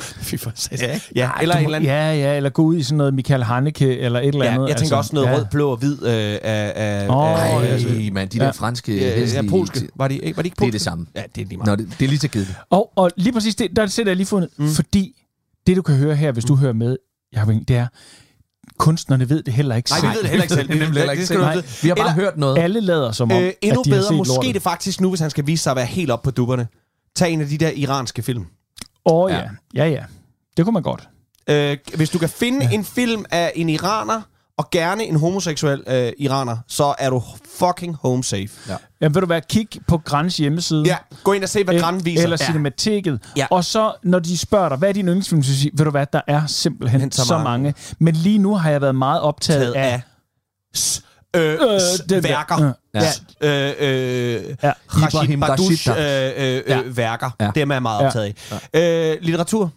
S3: Fy for ja, ja, eller
S4: Du
S3: en
S4: må-
S3: eller anden... Ja,
S4: Ja, ja, eller gå ud i sådan noget Michael Haneke eller et eller
S3: ja,
S4: andet. altså.
S3: jeg tænker også noget
S4: ja.
S3: ja. rød, blå og hvid øh, af... af,
S4: Åh,
S3: af
S4: ja,
S3: altså,
S5: Ej, mand, de der
S4: Ja.
S5: franske...
S3: ja,
S5: hæslige-
S3: ja, polske. Var de, ikke- var de ikke polske?
S5: Det er det samme.
S3: Ja, det er lige meget.
S5: Nå, det, det er lige så kedeligt.
S4: Og, og lige præcis det, der sætter jeg lige fundet, mm. fordi det, du kan høre her,
S3: Mm.
S4: hvis du hører med, Jacob Engel, det er, kunstnerne ved det heller ikke
S3: Nej, vi ved det heller
S5: *laughs*
S3: ikke selv. Det,
S5: nemlig heller ikke
S3: skal du
S5: selv.
S3: vide.
S5: Vi har bare
S3: Eller-
S5: hørt noget.
S4: Alle lader som om,
S3: Øh, endnu
S4: at de har
S3: bedre,
S4: set
S3: måske
S4: lortet.
S3: det faktisk nu, hvis han skal vise sig at være helt op på dupperne. Tag en af de der iranske film.
S4: Åh oh, ja. ja, ja. Det kunne man godt.
S3: Øh, hvis du kan finde ja. en film af en iraner, og gerne en homoseksuel øh, iraner, så er du fucking home safe. Ja,
S4: Jamen, ved du hvad, kig på Grans hjemmeside.
S3: ja. gå ind og se, hvad
S4: el-
S3: Gran viser.
S4: Eller
S3: ja.
S4: Cinemateket.
S3: Ja.
S4: Ja. Og så, når de spørger dig, hvad er din yndlingsfilm, så siger, ved du hvad, der er simpelthen
S3: Men
S4: så, så mange. Men lige nu har jeg været meget optaget
S3: Taget
S4: af...
S3: af s- øh, s-
S4: den der.
S3: værker.
S5: Ja.
S3: S- Øh, øh,
S4: Ja.
S3: Rashid
S5: Ibrahim
S3: Badush øh,
S5: Rashid.
S3: øh, øh,
S4: Ja.
S3: værker.
S5: Ja.
S3: Dem er jeg meget
S4: Ja.
S3: optaget af. Øh, litteratur.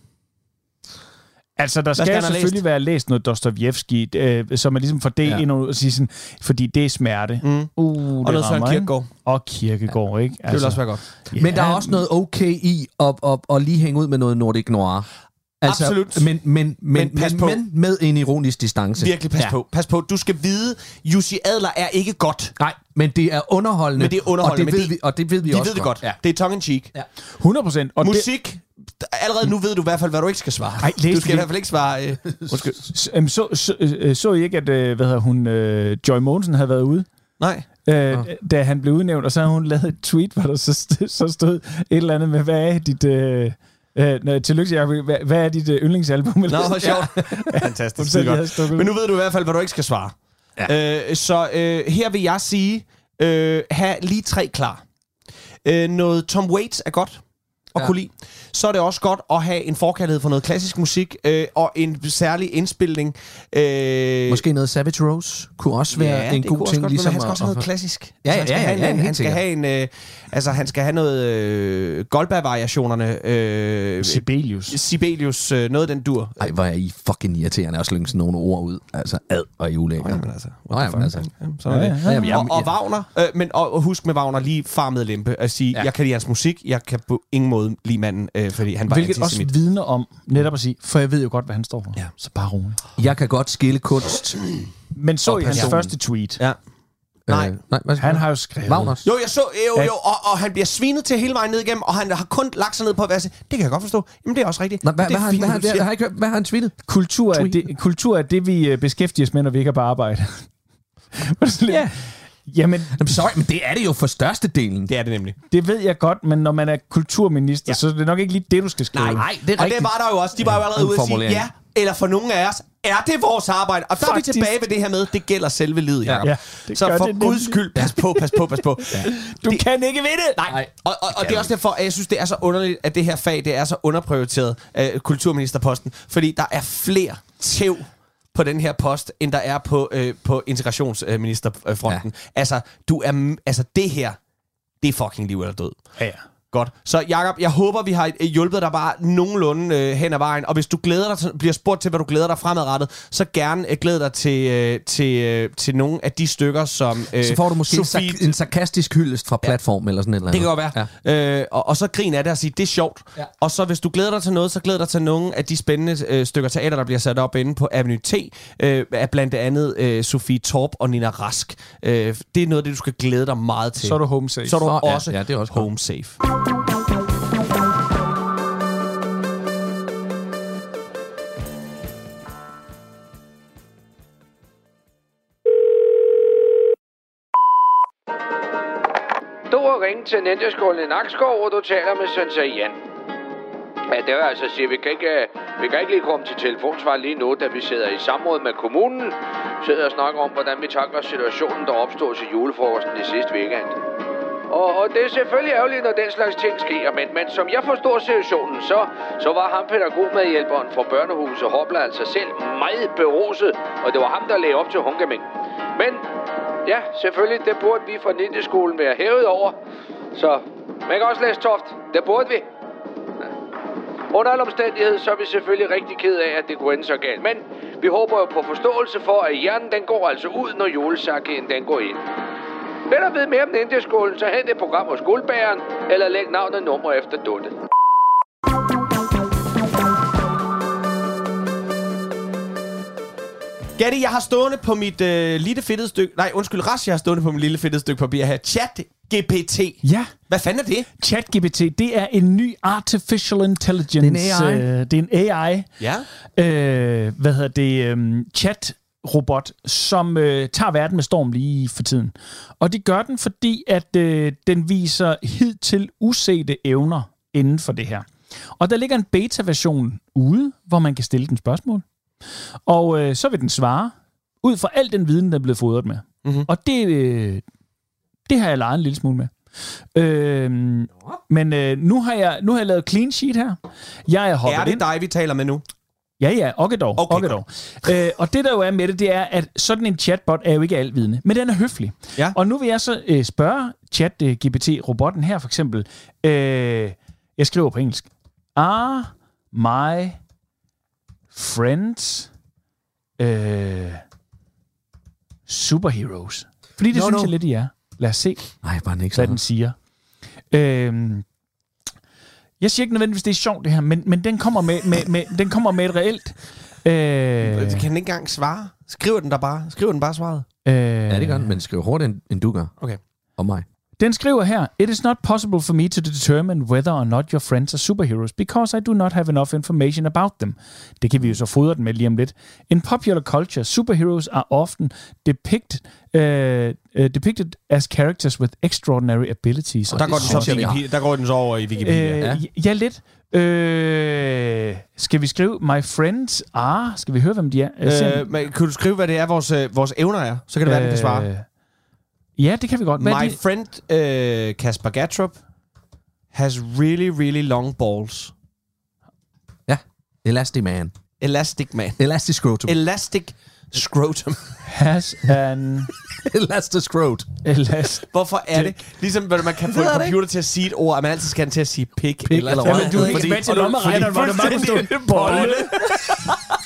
S4: Altså, der skal,
S3: skal
S4: skal
S3: han have
S4: selvfølgelig
S3: læst?
S4: læst? være læst noget Dostojevski, øh, så man ligesom får det
S5: Ja.
S4: ja. ind og sige sådan, fordi det er smerte. Mm. Uh, det
S3: Og noget Søren
S4: rammer, ikke?
S3: Kierkegaard.
S4: Og Kirkegård, ja. ikke? Altså,
S3: Det vil også være godt.
S4: ja.
S5: Men der er også noget okay i at, at, at lige hænge ud med noget Nordic Noir. Altså,
S3: Absolut.
S5: Men, men, men,
S3: pas
S5: men,
S3: på.
S5: men med en ironisk distance.
S3: Virkelig pas ja.
S4: Ja.
S3: på. Pas på. Du skal vide, Jussi Adler er ikke godt.
S5: Nej, men det er underholdende.
S3: Men det er underholdende,
S5: Og det ved,
S3: men det-
S5: vi, og det ved vi
S3: De
S5: også
S3: ved det godt.
S5: Ja.
S3: Det er tongue in cheek.
S5: Ja.
S4: 100 Altså, procent. Og det,
S3: Musik. Allerede nu ved du i hvert fald, hvad du ikke skal svare.
S4: Ej, læs
S3: du skal
S4: det.
S3: i hvert fald ikke svare... Øh, undskyld.
S4: s- øhm, så, så, øh, så I ikke, at øh, hvad hedder hun, øh, Joy Mogensen havde været ude?
S3: Nej.
S4: Øh, da han blev udnævnt, og så havde hun lavet et tweet, hvor der så, st- så stod et eller andet med, hvad er dit... Øh, øh, nå, tillykke, Jacob, hvad, hvad er dit øh, yndlingsalbum? *laughs*
S3: Nå, hvor *laughs* sjovt.
S4: Hun
S3: Fantastisk.
S4: selv
S3: Skide
S4: havde
S3: godt.
S4: stukket.
S3: Men nu ved du i hvert fald, hvad du ikke skal svare. Ja. Øh, så øh, her vil jeg sige, øh, have lige tre klar. Øh, noget Tom Waits er godt at ja. kunne lide. Så er det også godt at have en forkærlighed for noget klassisk musik øh, og en særlig indspilning. Øh,
S5: Måske noget Savage Rose kunne også være en
S3: det
S5: god
S3: kunne også
S5: ting.
S3: godt,
S5: ligesom
S3: men han skal også have noget
S5: at,
S3: klassisk.
S5: Ja,
S3: Så han
S5: ja,
S3: skal
S5: ja,
S3: have
S5: ja,
S3: en,
S5: helt
S3: han skal have en, øh, altså han skal have noget øh, Goldberg-variationerne, øh,
S4: Sibelius.
S3: Sibelius, øh, noget af den dur.
S5: ej, hvor er I fucking irriterende at slynge sådan nogle ord ud. Altså, ad og i ulækker.
S3: Jamen altså,
S5: Nå, jamen, altså.
S3: jamen, sådan er det.
S5: Ja, jamen, jeg,
S3: Og, og Wagner, øh, men og, og husk med Wagner lige farmet lempe at sige,
S5: Ja.
S3: ja. jeg kan lide hans musik, jeg kan på ingen måde lide manden, øh, fordi han var
S4: Hvilket også
S3: antisemit.
S4: vidner om, netop at sige, for jeg ved jo godt, hvad han står for. Ja. Så bare rolig.
S5: jeg kan godt skille kunst. Øh,
S4: Men så
S5: Og
S4: i hans
S5: personen.
S4: første tweet,
S3: Ja. Nej.
S5: Øh, nej, hvad skal
S4: han
S5: du-
S4: har jo skrevet...
S5: Wagners.
S3: Jo, jeg så, jo, jo, og, og han bliver svinet til hele vejen ned igennem, og han har kun lagt sig ned på at være sådan, det kan jeg godt forstå. Jamen, det er også rigtigt.
S5: Nå, hvad,
S3: det
S5: hvad,
S3: er
S5: har han,
S3: fint,
S5: hvad, har
S3: du siger.
S5: han, har ikke hørt- hvad har han tweetet?
S4: Kultur er, det, kultur er det, vi øh, beskæftiger os med, når vi ikke er på arbejde. *laughs* ja. Jamen,
S5: Jamen, sorry, men det er det jo for størstedelen.
S3: Det er det nemlig.
S4: det ved jeg godt, men når man er kulturminister,
S3: Ja.
S4: ja. så er det nok ikke lige det, du skal skrive.
S3: Nej, nej, det er og det
S5: rigtigt.
S3: var der jo også. De var jo allerede ude at sige,
S5: Omformulering.
S3: ja, eller for nogle af os, er det vores arbejde? Og der er vi
S4: Faktisk.
S3: tilbage ved det her med, det gælder selve livet, Jacob.
S4: Ja,
S3: Ja,
S4: det
S3: så
S4: gør
S3: for
S4: det nemlig.
S3: guds skyld, pas på, pas på, pas på. *laughs* ja.
S4: Du det, kan ikke vinde!
S3: Nej, og, og, og det er også derfor, at jeg synes, det er så underligt, at det her fag, det er så underprioriteret, øh, kulturministerposten, fordi der er flere tæv på den her post, end der er på, øh, på integrationsministerfronten. Ja. Altså, du er, m- altså, det her, det er fucking liv eller død.
S4: Ja, ja.
S3: Godt. Så Jakob, jeg håber, vi har øh, hjulpet dig bare nogenlunde øh, hen ad vejen. Og hvis du glæder dig, til- bliver spurgt til, hvad du glæder dig fremadrettet, så gerne øh, glæd dig til, øh, til, øh, til nogle af de stykker, som... Øh,
S5: Så får du måske Sofie... en sarkastisk hyldest fra platform ja. eller sådan et eller andet.
S3: det kan godt være. Ja. Øh, og, og så grin af det og sige, det er sjovt. Ja. Og så hvis du glæder dig til noget, så glæder dig til nogle af de spændende øh, stykker teater, der bliver sat op inde på Avenue T, øh, af blandt andet øh, Sofie Torp og Nina Rask. Øh, det er noget af det, du skal glæde dig meget til.
S4: Så er du home safe.
S3: Så er du
S5: Nå, ja,
S3: også,
S5: ja, det er også godt.
S3: home safe.
S6: Du har ringet til Ninjaskolen i Nakskov, hvor du taler med Sensei Jan. Ja, det vil altså sige, vi kan ikke, øh, vi kan ikke lige komme til telefonsvar lige nu, da vi sidder i samråd med kommunen. Sidder og snakker om, hvordan vi takler situationen, der opstod til julefrokosten i sidste weekend. Og, og det er selvfølgelig ærgerligt, når den slags ting sker, men, men som jeg forstår situationen, så, så var ham pædagogmedhjælperen fra børnehuset Hopla altså selv meget beruset, og det var ham, der lagde op til hunkemæng. Men Ja, selvfølgelig. Det burde vi fra Ninjeskolen være hævet over. Så man kan også læse Toft. Det burde vi. Ja. Under alle omstændigheder, så er vi selvfølgelig rigtig ked af, at det kunne ende så galt. Men vi håber jo på forståelse for, at hjernen den går altså ud, når julesakken den går ind. Vil du vide mere om Ninjaskolen, så hent et program hos guldbæren, eller læg navn og nummer efter duttet.
S3: Gatti, jeg har stående på mit øh, lille fedtede stykke... Nej, undskyld, Ras, jeg har stående på mit lille fedtede stykke papir her. Chat GPT.
S4: Ja,
S3: Hvad fanden er det?
S4: ChatGPT, det er en ny artificial intelligence.
S5: Det er en AI.
S4: Øh, det er en AI.
S3: Ja.
S4: Øh, hvad hedder det? Øh, chat robot, som øh, tager verden med storm lige for tiden. Og det gør den, fordi at øh, den viser hidtil usete evner inden for det her. Og der ligger en beta-version ude, hvor man kan stille den spørgsmål. Og øh, så vil den svare, ud fra al den viden, der er blevet fodret med.
S3: Mhm.
S4: Mm-hmm. Og det, øh, det har jeg leget en lille smule med. Øhm, men øh, nu, har jeg, nu har jeg lavet clean sheet her. Jeg er hoppet
S3: Er det
S4: ind.
S3: dig, vi taler med nu?
S4: Ja, ja, okay dog.
S3: Okay,
S4: Okay, okay dog. Øh, og det der jo er med det, det er, at sådan en chatbot er jo ikke alvidende, men den er høflig.
S3: Ja.
S4: Og nu vil jeg så øh, spørge chat-GPT-robotten her for eksempel. Øh, jeg skriver på engelsk. Are my friends øh, superheroes? Fordi det
S5: No,
S4: no, synes
S5: no.
S4: no. jeg lidt, I er. Lad os se,
S5: Nej, bare ikke
S4: hvad
S5: sådan.
S4: den siger. Øhm, jeg siger ikke nødvendigvis, det er sjovt det her, men, men den, kommer med, med, med, den kommer med et reelt... Øh,
S3: Øh. Kan den ikke engang svare? Skriver den der bare? Skriver den bare svaret?
S4: øh,
S5: Ja, det gør den, men skriv hurtigt, end, end du gør.
S3: Okay.
S5: Og mig.
S4: Den skriver her, It is not possible for me to determine whether or not your friends are superheroes, because I do not have enough information about them. Det kan vi jo så fodre den med lige om lidt. In popular culture, superheroes are often depicted, uh, uh, depicted as characters with extraordinary abilities.
S5: Der går den så
S4: og-
S5: til
S3: i Wikipedia- der går den så over i Wikipedia.
S4: Øh,
S5: ja.
S4: ja. ja, lidt. Øh, skal vi skrive My Friends Are? Skal vi høre, hvem de er? Øh,
S3: Øh, men kan du skrive, hvad det er, vores, øh, vores evner er? Så kan det øh, være, den kan svare.
S4: Øh, Ja, det kan vi godt. Hvad er
S3: My
S4: det?
S3: friend øh, Kasper Gatrup has really, really long balls.
S5: Ja. Elastic man.
S3: Elastic
S4: *laughs*
S3: man.
S5: Elastic scrotum. El-
S3: Elastic scrotum.
S4: Has
S3: *laughs*
S4: an
S5: *laughs* Elastic scrot.
S4: elast...
S3: Hvorfor er det? Ligesom, når man
S4: *laughs*
S3: kan få en
S5: ved det
S3: computer til at sige et ord, at man altid skal have den til at sige pik. pik
S5: eller hvad?
S4: Jamen, altså, du er ikke med til lommeregneren, hvor det bare kunne stå *laughs* bolle. *laughs*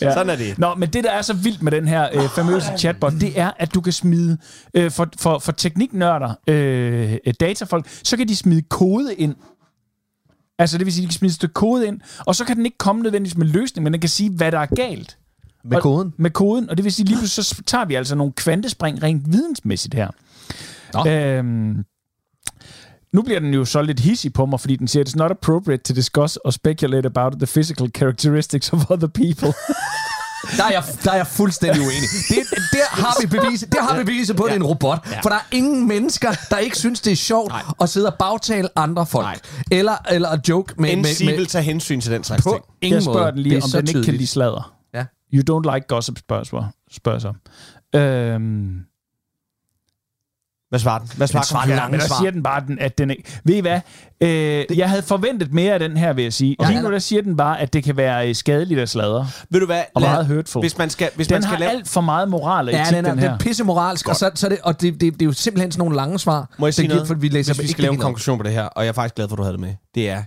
S4: Ja.
S3: Sådan er det.
S4: Nå, men det, der er så vildt med den her øh, famøse chatbot, det er, at du kan smide, øh, for, for, for tekniknørder, øh, øh, datafolk, så kan de smide kode ind. Altså, det vil sige, de kan smide et stykke kode ind, og så kan den ikke komme nødvendigvis med en løsning, men den kan sige, hvad der er galt
S5: Med
S4: Og-
S5: koden.
S4: med koden. Og det vil sige, lige pludselig så tager vi altså nogle kvantespring rent vidensmæssigt her.
S5: Nå.
S4: Øhm, nu bliver den jo så lidt hissig på mig, fordi den siger, it's not appropriate to discuss or speculate about the physical characteristics of other people.
S5: Der er jeg, der er jeg fuldstændig uenig. Det, der har vi beviset, der har vi beviset på, at det er en robot. For der er ingen mennesker, der ikke synes, det er sjovt Nej. at sidde og bagtale andre folk.
S3: Nej.
S5: Eller, eller at joke med...
S3: En
S5: med,
S3: vil
S5: med
S3: tage hensyn til den slags ting.
S5: på ingen
S4: jeg spørger
S5: måde.
S4: den lige,
S5: Det er
S4: om
S5: så
S4: den ikke kan
S5: tydeligt.
S4: lide sladder.
S5: Ja.
S4: You don't like gossip, spørger, spørger, spørger så. Øhm,
S3: Hvad svarer den? Hvad
S5: svarer
S3: svarer computeren?
S5: langt.
S4: men der
S5: svar.
S4: siger den bare, den, at den ikke... Ved I hvad? Øh, jeg havde forventet mere af den her, vil jeg sige.
S5: Ja,
S4: Lige
S5: ja.
S4: nu der siger den bare, at det kan være øh, skadeligt at sladre.
S3: Ved du hvad?
S4: Og
S3: Lad-
S4: meget hurtful.
S3: Hvis man skal, hvis
S4: Den
S3: man
S4: har
S3: skal lave...
S4: alt for meget moral og etik,
S5: Ja, den er, den
S4: her.
S5: er pissemoralsk, og, så, så er det, og det, det, det, er jo simpelthen sådan nogle lange svar.
S3: Må jeg sige
S5: den giver,
S3: noget?
S5: for vi læser
S3: Hvis vi
S5: ikke
S3: skal lave en
S5: helt op.
S3: konklusion på det her, og jeg er faktisk glad for, at du havde det med, det er,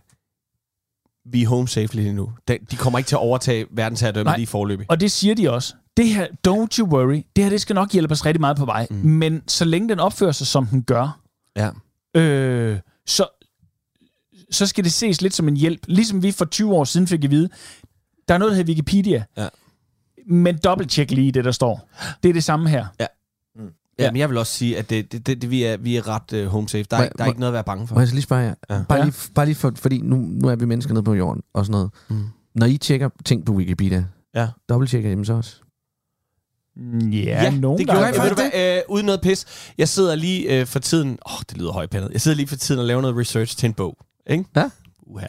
S3: vi er home safe lige nu. Den- De kommer ikke til at overtage verdensherredømmet
S4: Nej.
S3: lige forløbig.
S4: Og det siger de også. Det her, don't you worry, det her det skal nok hjælpe os rigtig meget på vej. Mm. Men så længe den opfører sig, som den gør,
S3: Ja.
S4: øh, så, så skal det ses lidt som en hjælp. Ligesom vi for 20 år siden fik at vide, der er noget her Wikipedia,
S3: Ja.
S4: men dobbelttjek lige det, der står. Det er det samme her.
S3: Ja, men jeg vil også sige, at det, det, det, det, vi, er, vi er ret uh, home safe. Der, er,
S5: Må-
S3: ikke- der er
S5: må-
S3: ikke noget at være bange for.
S5: Må jeg så lige spørge jer?
S3: Ja.
S5: Ja. Bare,
S4: Ja.
S5: lige, bare lige for, fordi nu, nu er vi mennesker nede på jorden og sådan noget.
S3: Mm.
S5: Mm. Når I tjekker ting på Wikipedia,
S3: Ja.
S5: dobbelttjekker I dem så også?
S4: Mm, Ja, ja nogen
S3: det
S4: der
S3: gjorde
S4: har-
S3: jeg faktisk. Ved du hvad, øh, uden noget pis. Jeg sidder lige øh, for tiden... Åh, oh, det lyder højpandet. Jeg sidder lige for tiden og laver noget research til en bog. Ikke?
S5: Ja.
S3: Uha.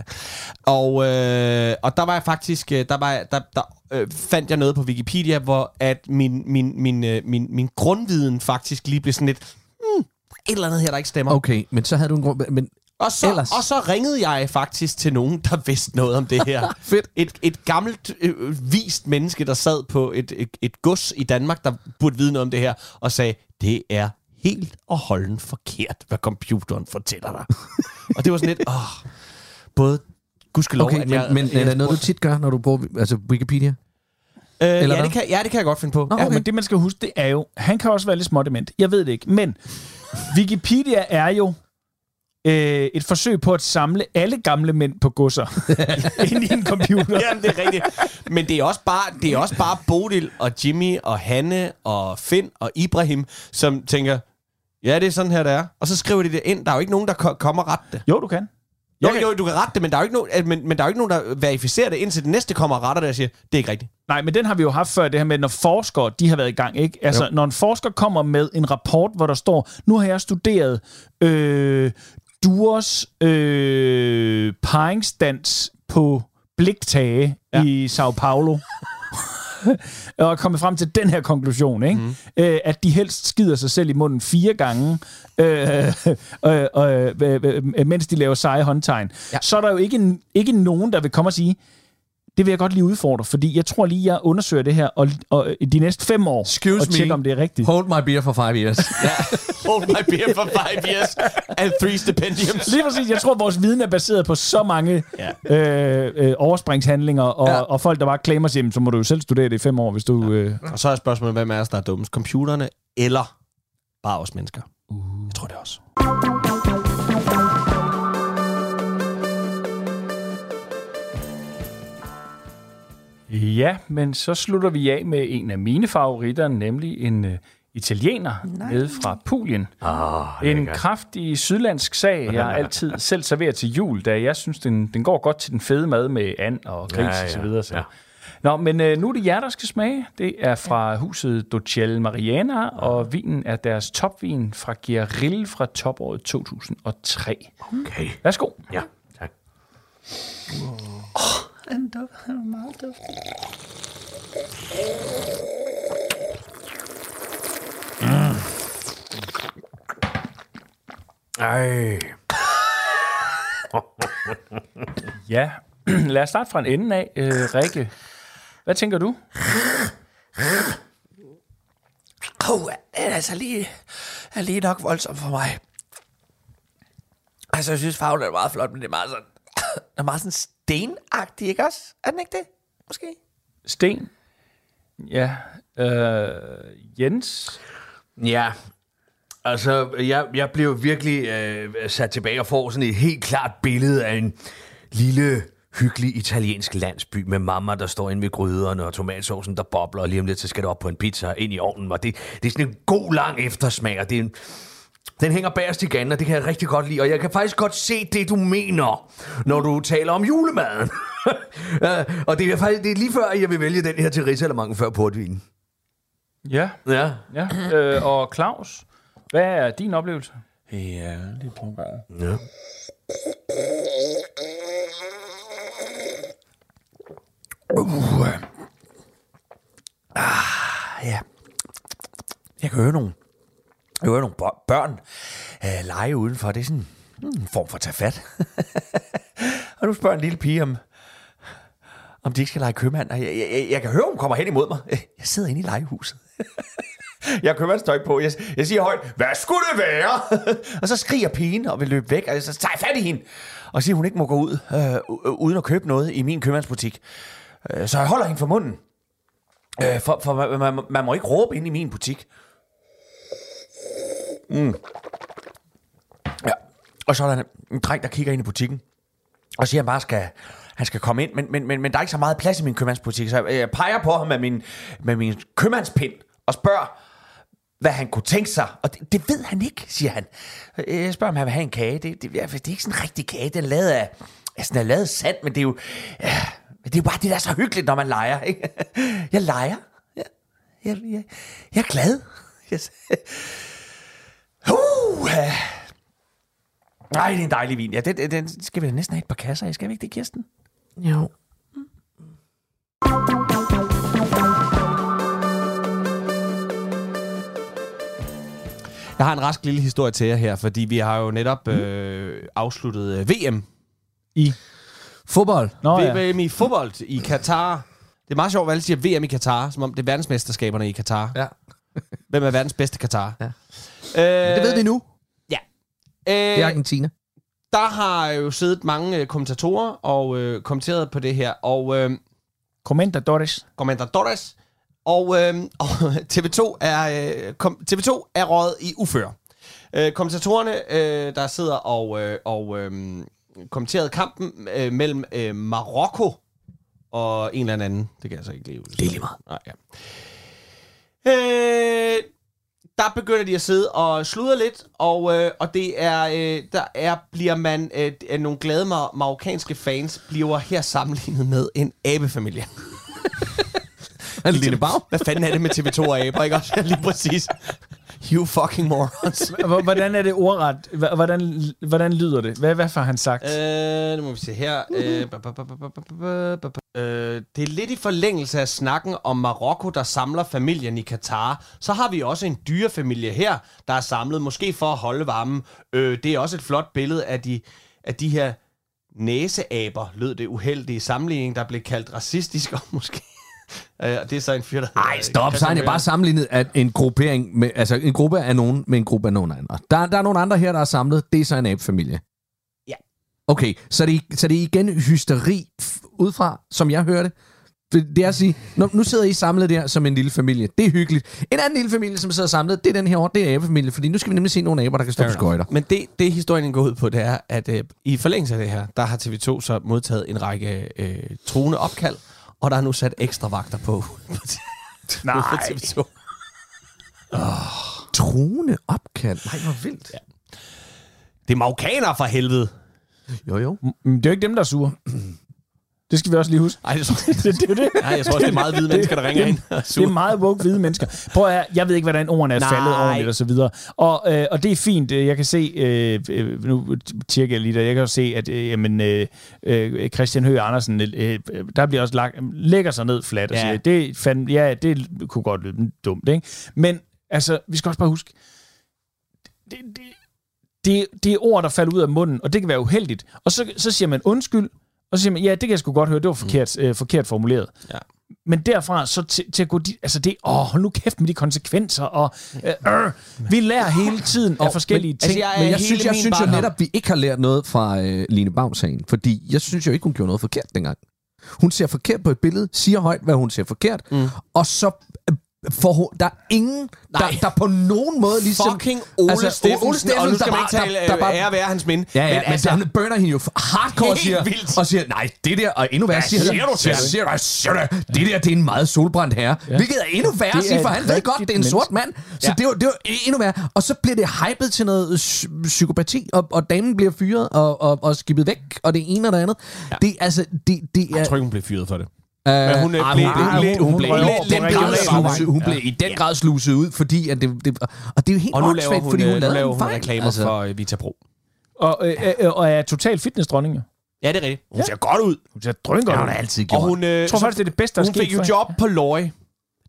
S3: Og, øh, og der var jeg faktisk... øh, Der, var, jeg- der, der øh, fandt jeg noget på Wikipedia, hvor at min, min, min, øh, min, min grundviden faktisk lige blev sådan lidt... Mm, et eller andet her, der ikke stemmer. Okay.
S5: Okay, men så havde du en grund... Men
S3: Og, så,
S5: ellers-
S3: og så ringede jeg faktisk til nogen, der vidste noget om det her.
S5: *laughs* fedt.
S3: et, et gammelt, øh, vist menneske, der sad på et, et, et gods i Danmark, der burde vide noget om det her, og sagde, det er helt og holden forkert, hvad computeren fortæller
S5: *laughs*
S3: dig. og det var sådan lidt, åh, både gudskelov,
S5: Okay,
S3: at
S5: men,
S3: jeg...
S5: men er
S3: jeg,
S5: det noget, du tit gør, når du bruger altså Wikipedia?
S7: Øh,
S8: Eller
S7: ja,
S8: hvad?
S7: det kan, ja, det kan jeg godt finde på. Nå,
S4: Ja, men det, man skal huske, det er jo, han kan også være lidt smådement. Jeg ved det ikke, men Wikipedia er jo øh, et forsøg på at samle alle gamle mænd på gusser *laughs* ind i en computer.
S7: *laughs* Jamen, det er rigtigt. Men det er, også bare, det er også bare Bodil og Jimmy og Hanne og Finn og Ibrahim, som tænker, ja, det er sådan her, det er. Og så skriver de det ind. Der er jo ikke nogen, der ko- kommer og rette det.
S4: Jo, du kan.
S7: Jo,
S4: Jeg kan-
S7: jo, du kan rette det, men der er jo ikke nogen, at- men, men der er jo ikke nogen der verificerer det, indtil den næste kommer og retter det og siger, det er ikke rigtigt.
S4: Nej, men den har vi jo haft før, det her med, når forskere, de har været i gang, ikke? Altså, jo. når en forsker kommer med en rapport, hvor der står, nu har jeg studeret øh, duers øh, paringsdans på bliktage ja. i Sao Paulo, og er kommet frem til den her konklusion, ikke? Mm. Øh, at de helst skider sig selv i munden fire gange, øh, *laughs* øh, øh, øh, øh, mens de laver seje håndtegn. Ja. Så er der jo ikke, en- ikke nogen, der vil komme og sige, det vil jeg godt lige udfordre, fordi jeg tror lige, jeg undersøger det her og, og de næste fem år,
S8: Excuse
S4: og
S8: me.
S4: tjekker, om det er rigtigt.
S8: Hold my beer for five years.
S7: *laughs* Ja. Hold my beer for five years and three stipendiums.
S4: Lige præcis. Jeg tror, vores viden er baseret på så mange ja. øh, øh, overspringshandlinger, og, ja.
S8: Ja.
S4: og folk, der bare claimer sig, "Jamen, så må du jo selv studere det i fem år, hvis du... Øh,
S7: Og så er spørgsmålet, hvem er os, der er dummest? Computerne eller bare os mennesker? Uh. Jeg tror det også.
S4: Ja, men så slutter vi af med en af mine favoritter, nemlig en uh, italiener Nej. nede fra Pulien. Oh, en kraftig sydlandsk sag, *laughs* jeg altid selv serverer til jul, da jeg synes, den, den går godt til den fede mad med and og gris ja, ja, og så videre. Så. Ja. Nå, men uh, nu er det jer, der skal smage. Det er fra huset Docel Mariana, og vinen er deres topvin fra Guerrille fra topåret 2003.
S5: Okay.
S4: Værsgo.
S5: Ja, tak. Åh, oh, den duft er meget duft. Mm. Ej.
S4: Ja, *clears throat* lad os starte fra en ende af. Øh, Rikke, hvad tænker du?
S5: Åh, oh, det er altså lige, er lige nok voldsomt for mig. Altså, jeg synes, farven er meget flot, men det er meget sådan, *coughs* den er meget sådan stenagtig, ikke også? Er den ikke det? Måske?
S4: Sten. Ja. Øh, Jens.
S5: Ja, altså, jeg, jeg blev virkelig øh, sat tilbage og får sådan et helt klart billede af en lille, hyggelig italiensk landsby med mamma, der står inde ved gryderne, og tomatsovsen, der bobler, og lige om lidt, så skal det op på en pizza ind i ovnen, og det, det er sådan en god, lang eftersmag, og det er en, den hænger bagerst i ganen, og det kan jeg rigtig godt lide. Og jeg kan faktisk godt se det, du mener, når du taler om julemaden. *laughs* Øh, og det er, faktisk, det er lige før, at jeg vil vælge den her til ridsalermangen før portvinen.
S4: Ja.
S5: Ja.
S4: ja. Øh, og Claus. Hvad er din oplevelse?
S7: Ja, det er
S5: ja.
S3: Ah, Ja. Jeg kan høre nogle, jeg hører nogle bør- børn øh, lege udenfor. Det er sådan hmm, en form for at tage fat. *laughs* og nu spørger en lille pige om, om de ikke skal lege købmand. Og jeg, jeg, jeg, jeg kan høre, hun kommer hen imod mig. Jeg sidder inde i legehuset. *laughs* jeg har købmandstøj på. Jeg, jeg siger højt, hvad skulle det være? *laughs* og så skriger pigen og vil løbe væk, og jeg så tager jeg fat i hende. Og siger, hun ikke må gå ud, øh, u- uden at købe noget i min købmandsbutik. Øh, så jeg holder hende for munden. Øh, for for man, man, man må ikke råbe ind i min butik. Mm. Ja. Og så er der en, en dreng, der kigger ind i butikken, og siger, at han bare skal, han skal komme ind, men, men, men, men der er ikke så meget plads i min købmandsbutik, så jeg, jeg peger på ham med min, med min købmandspind og spørger, hvad han kunne tænke sig. Og det, det ved han ikke, siger han. Øh, Jeg spørger, om han vil have en kage. Det, det, ja, for det er ikke sådan en rigtig kage. Den er lavet af, altså, den er lavet af sand, men det er jo... Ja, men det er jo bare det, der er så hyggeligt, når man leger. Ikke? *laughs* Jeg leger. Jeg, jeg, jeg, jeg er glad. *laughs* Jeg, s- uh, ja. Nej, det er en dejlig vin. Ja, den, den- den skal vi da næsten have et par kasser af. Skal vi ikke det, Kirsten?
S5: Jo.
S7: Jeg har en rask lille historie til jer her, fordi vi har jo netop
S8: Mm.
S7: øh, afsluttet øh, VM.
S8: Fodbold.
S4: Nå,
S7: Oh, ja. VM i fodbold i Katar. Det er meget sjovt, at alle siger VM i Katar, som om det er verdensmesterskaberne i Katar.
S8: Ja.
S7: Hvem er verdens bedste Katar?
S8: Ja.
S7: Øh,
S8: Det ved vi nu.
S7: Øh,
S8: Det er Argentina.
S7: der har jo siddet mange øh, kommentatorer og øh, kommenteret på det her, og øh,
S4: Comendadores.
S3: Commandadores. Og, øh, *laughs* og TV2 er øh, kom, TV2 er røget i ufør. Øh, kommentatorerne, øh, der sidder og, øh, og øh, kommenterede kampen øh, mellem øh, Marokko og en eller anden. Det kan jeg så ikke lige huske. Det er lige meget. Nej, ja. Øh, der begynder de at sidde og sludre lidt, og, øh, og det er, øh, der er, bliver man, øh, er nogle glade mar- marokkanske fans bliver her sammenlignet med en abefamilie.
S5: Han ligner bag.
S3: Hvad fanden er det med TV2 og aber, ikke *laughs* også? Lige præcis. You fucking morons.
S4: H- Hvordan er det ordret? H- Hvordan, hvordan lyder det? Hvad, hvad får han sagt?
S3: Øh, nu må vi se her. Øh, ba- ba- ba- ba- ba- ba- ba- ba- øh, det er lidt i forlængelse af snakken om Marokko, der samler familien i Katar. Så har vi også en dyrefamilie her, der er samlet, måske for at holde varmen. Øh, det er også et flot billede af de, af de her næseaber, lød det uheldige sammenligning, der blev kaldt racistisk og måske... *laughs* Øh, og det er så en fyr, der...
S5: Nej, stop. Så har han jo bare sammenlignet at en gruppering med, altså en gruppe af nogen med en gruppe af nogen andre. Der, der er nogle andre her, der er samlet. Det er så en abfamilie.
S3: Ja.
S5: Okay, så det, så det er igen hysteri f- udefra, som jeg hørte. Det det er at sige, nu, nu sidder I samlet der som en lille familie. Det er hyggeligt. En anden lille familie, som sidder samlet, det er den her år, det er abefamilie, fordi nu skal vi nemlig se nogle aber, der kan stå på skøjter.
S3: Men det, det historien går ud på, det er, at øh, i forlængelse af det her, der har TV2 så modtaget en række øh, truende opkald, og der er nu sat ekstra vagter på. Nej. TV2.
S5: Truende opkald. Nej, hvor vildt. Ja.
S3: Det er marokkanere for helvede.
S5: Jo, jo.
S4: Mm, Det er jo ikke dem, der er sure. *clears throat* Det skal vi også lige huske.
S3: Ej, jeg tror, *laughs* det,
S4: Det, det, det, det.
S3: nej, jeg tror også, det er meget hvide mennesker, der ringer ind. og
S4: Det er
S3: suger.
S4: meget woke hvide mennesker. Prøv at høre, jeg ved ikke, hvordan ordene er
S3: Nej.
S4: faldet ordentligt og så videre. Og, øh, og det er fint. Øh, Jeg kan se, øh, øh, nu tjekker jeg lige der, jeg kan jo se, at øh, jamen, øh, øh, Christian Høgh Andersen, øh, øh, der bliver også lagt, lægger sig ned fladt og
S3: Ja.
S4: ja. siger, det, fandme, ja, det kunne godt lyde dumt, ikke? Men altså, vi skal også bare huske, det, det, det, det er ord, der falder ud af munden, og det kan være uheldigt. Og så, så siger man undskyld, og så siger man, ja, det kan jeg sgu godt høre, det var forkert, mm. øh, forkert formuleret.
S3: Ja.
S4: Men derfra så til, til at gå dit, altså det, åh, hold nu kæft med de konsekvenser, og øh, øh, vi lærer hele tiden af forskellige ting.
S3: altså, jeg er
S5: Men jeg
S3: hele
S5: synes, jeg
S3: min
S5: synes jo
S3: barndom.
S5: netop, vi ikke har lært noget fra øh, Line Baum-sagen. Fordi jeg synes jo ikke, hun gjorde noget forkert dengang. Hun ser forkert på et billede, siger højt, hvad hun ser forkert, mm. og så øh, får hun, der er ingen, der,
S3: Nej.
S5: der på nogen måde ligesom...
S3: Fucking Ole altså, Steffensen, Ole Steffensen, og nu skal man ikke tale der, der bare, ære være hans minde.
S5: Ja, ja, men,
S3: altså,
S5: altså, han burner hende jo hardcore og
S3: Helt
S5: siger,
S3: vildt.
S5: og siger, nej, det der, og endnu værre, siger,
S3: siger du til
S5: siger,
S3: ham?
S5: siger, du, siger du, det der, det er en meget solbrændt herre. Ja. Hvilket er endnu værre at
S4: Det
S5: sige,
S4: er
S5: for
S4: et
S5: han ved godt, det
S4: rigtigt
S5: er en sort mand. Så
S3: Ja.
S5: ja. det, var, det var endnu værre. Og så bliver det hypet til noget psy- psykopati, og, og damen bliver fyret og, og, og skibet væk, og det ene og det andet. Ja. Det, er altså, det, det er...
S3: jeg tror ikke, hun blev fyret for det.
S5: øh,
S3: Men hun, øh,
S5: ah, hun,
S3: blev- hun blev-
S5: blev- hun
S4: hun
S5: blev
S4: røg over på
S5: i den grad
S4: regional
S5: sluset-
S4: afvejen.
S5: hun blev i den grad sluset ud, fordi at det, det... Og det er jo helt
S3: Og nu laver
S5: åndssvagt,
S3: hun,
S5: fordi hun
S3: øh, nu
S5: lavede
S3: laver
S5: en
S3: hun
S5: fejl,
S3: reklamer
S5: altså.
S3: for øh, Vita Pro.
S4: Og, øh, øh, og er total fitnessdronning, jo.
S3: Ja, det er rigtigt. Hun ser godt ud.
S4: Hun ser drønker.
S5: Det
S4: Ja,
S5: har
S4: hun
S5: hun altid
S3: Og
S5: gjort.
S3: hun, øh,
S4: jeg tror
S3: så-
S4: faktisk, det er det bedste, der
S3: Hun fik jo job på Løje.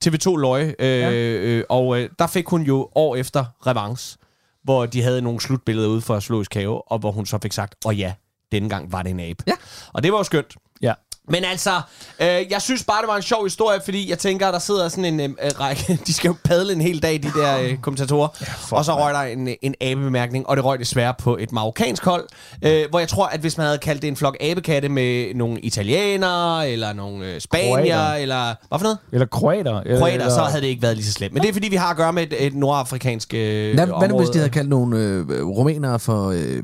S3: TV2 Løje. Øh, ja. øh, og øh, der fik hun jo år efter revanche, hvor de havde nogle slutbilleder ude for Zoologisk Have, og hvor hun så fik sagt, og ja, denne gang var det en abe.
S5: Ja.
S3: Og det var jo skønt.
S4: Ja.
S3: Men altså, øh, jeg synes bare, det var en sjov historie, fordi jeg tænker, der sidder sådan en øh, række... *laughs* De skal jo padle en hel dag, de der øh, kommentatorer. Ja, og så røg der en, øh, en abemærkning, og det røg desværre på et marokkansk hold, øh, hvor jeg tror, at hvis man havde kaldt det en flok abekatte med nogle italienere, eller nogle øh, spanier,
S4: Kroater.
S3: eller... Hvad for noget?
S4: Eller kroater. Eller,
S3: Kroater, så havde det ikke været lige så slemt. Men det er, fordi vi har at gøre med et, et nordafrikansk øh,
S5: Hvad, hvad nu hvis
S3: område.
S5: de havde kaldt nogle øh, rumænere for øh,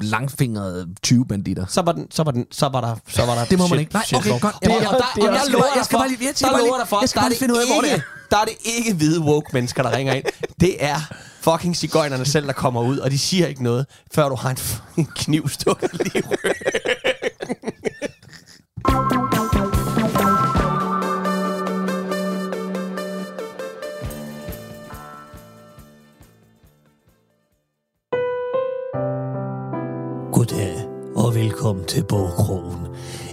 S5: langfingrede 20 banditter?
S3: så var, den, så, var den, så var der så var der
S5: Det må man
S3: shit-
S5: ikke. Nej,
S3: shit
S5: okay,
S3: for.
S5: godt.
S3: Det,
S5: Jeg-
S3: og der,
S5: jeg-
S3: og jeg,
S5: jeg skal
S3: lover
S5: bare-
S3: dig
S5: jeg skal
S3: for-
S5: bare lige- jeg skal
S3: der
S5: bare lige-
S3: lover dig for,
S5: jeg skal
S3: der er
S5: bare lige finde ud af, hvor det
S3: ikke- Der er det ikke hvide woke mennesker, der ringer ind. Det er fucking cigøjnerne selv, der kommer ud, og de siger ikke noget, før du har en fucking kniv stukket lige i ryggen.
S9: Goddag og velkommen til Bogkrogen.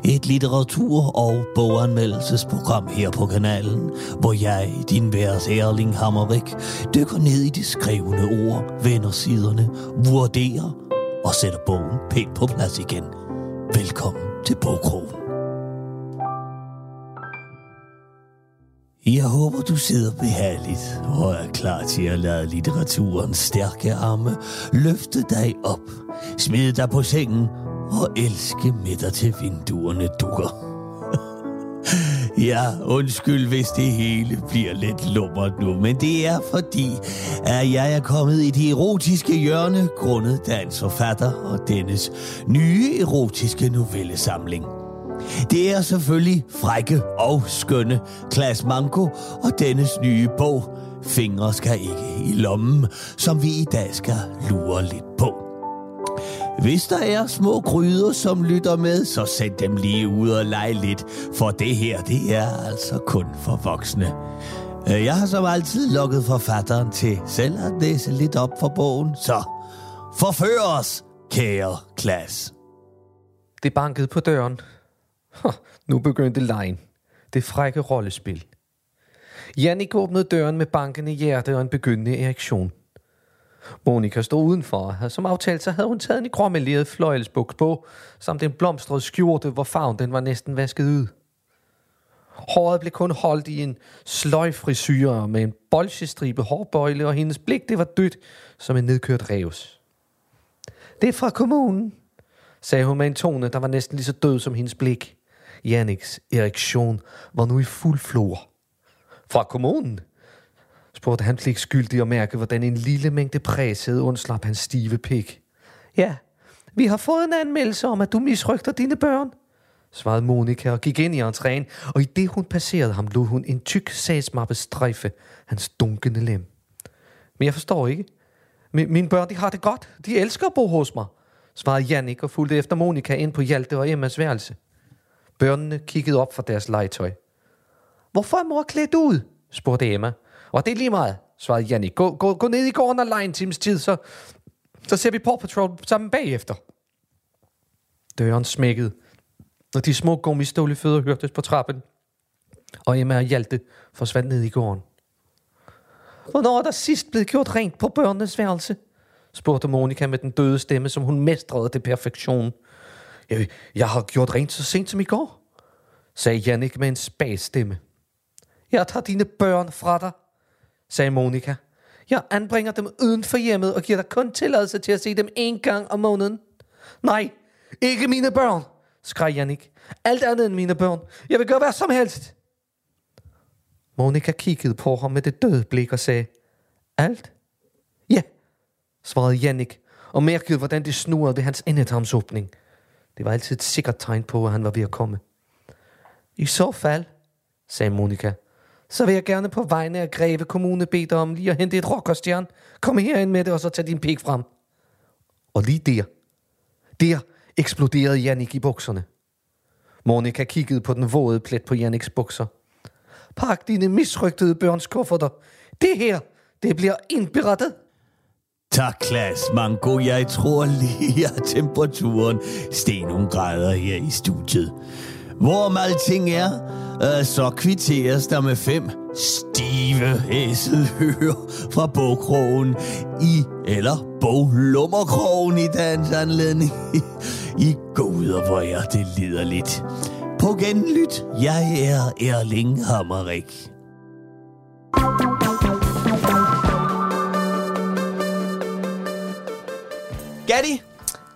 S9: Et litteratur- og boganmeldelsesprogram her på kanalen, hvor jeg, din vært Erling Hammerik, dykker ned i de skrevne ord, vender siderne, vurderer og sætter bogen pænt på plads igen. Velkommen til Bogkrogen. Jeg håber, du sidder behageligt og er klar til at lade litteraturens stærke arme løfte dig op, smide dig på sengen og elske med dig til vinduerne dukker. *laughs* Ja, undskyld, hvis det hele bliver lidt lummert nu, men det er fordi, at jeg er kommet i det erotiske hjørne, grundet dagens forfatter og dennes nye erotiske novellesamling. Det er selvfølgelig frække og skønne Klas Manko og dennes nye bog, Fingre skal ikke i lommen, som vi i dag skal lure lidt på. Hvis der er små gryder, som lytter med, så send dem lige ud og lege lidt, for det her, det er altså kun for voksne. Øh, Jeg har som altid lukket forfatteren til selv at læse lidt op for bogen, så forfør os, kære klasse.
S7: Det bankede på døren. Huh, nu begyndte lejen. Det frække rollespil. Jannik åbnede døren med bankende hjerte og en begyndende erektion. Monika stod udenfor, og som aftalt så havde hun taget en gråmeleret fløjelsbuks på, samt en blomstret skjorte, hvor farven den var næsten vasket ud. Håret blev kun holdt i en sløjfrisyre med en bolsjestribe hårbøjle, og hendes blik det var dødt som en nedkørt revs. Det er fra kommunen, sagde hun med en tone, der var næsten lige så død som hendes blik. Janniks erektion var nu i fuld flor. Fra kommunen? spurgte han pligtskyldig og mærke, hvordan en lille mængde præsede undslap hans stive pik. Ja, vi har fået en anmeldelse om, at du misrygter dine børn, svarede Monika og gik ind i entréen, og i det hun passerede ham, lod hun en tyk sagsmappe strejfe hans dunkende lem. Men jeg forstår ikke. Mi- mine børn, de har det godt. De elsker at bo hos mig, svarede Jannik og fulgte efter Monika ind på Hjalte og Emmas værelse. Børnene kiggede op fra deres legetøj. Hvorfor er mor klædt ud? spurgte Emma. Og det er lige meget, svarede Jannik. Gå, gå, gå ned i gården og lege en times tid, så, så ser vi Paw Patrol sammen bagefter. Døren smækkede, og de små gummistøvlefødder hørtes på trappen. Og Emma og Hjalte forsvandt ned i gården. Hvornår er der sidst blevet gjort rent på børnenes værelse? spurgte Monika med den døde stemme, som hun mestrede til perfektion. Jeg, jeg har gjort rent så sent som i går, sagde Jannik med en spag stemme. Jeg tager dine børn fra dig, sagde Monika. Jeg anbringer dem uden for hjemmet og giver dig kun tilladelse til at se dem en gang om måneden. Nej, ikke mine børn, skreg Jannik. Alt andet end mine børn. Jeg vil gøre hvad som helst. Monika kiggede på ham med det døde blik og sagde, Alt? Ja, svarede Jannik, og mærkede, hvordan det snurrede ved hans endetarmsåbning. Det var altid et sikkert tegn på, at han var ved at komme. I så fald, sagde Monika, så vil jeg gerne på vegne af Greve Kommune bede dig om lige at hente et rockerstjern. Kom herind med det, og så tag din pik frem. Og lige der, der eksploderede Jannik i bukserne. Monika kiggede på den våde plet på Janniks bukser. Pak dine misrygtede børns kufferter. Det her, det bliver indberettet.
S9: Tak, Klas Mango. Jeg tror lige, at temperaturen steg nogle grader her i studiet. Hvorom alting er, øh, så kvitteres der med fem stive æselhører fra bogkrogen i, eller boglummerkrogen i dagens anledning. *laughs* I goder, hvor jeg det lider lidt. På genlyt, jeg er Erling Hammerik.
S3: Gatti,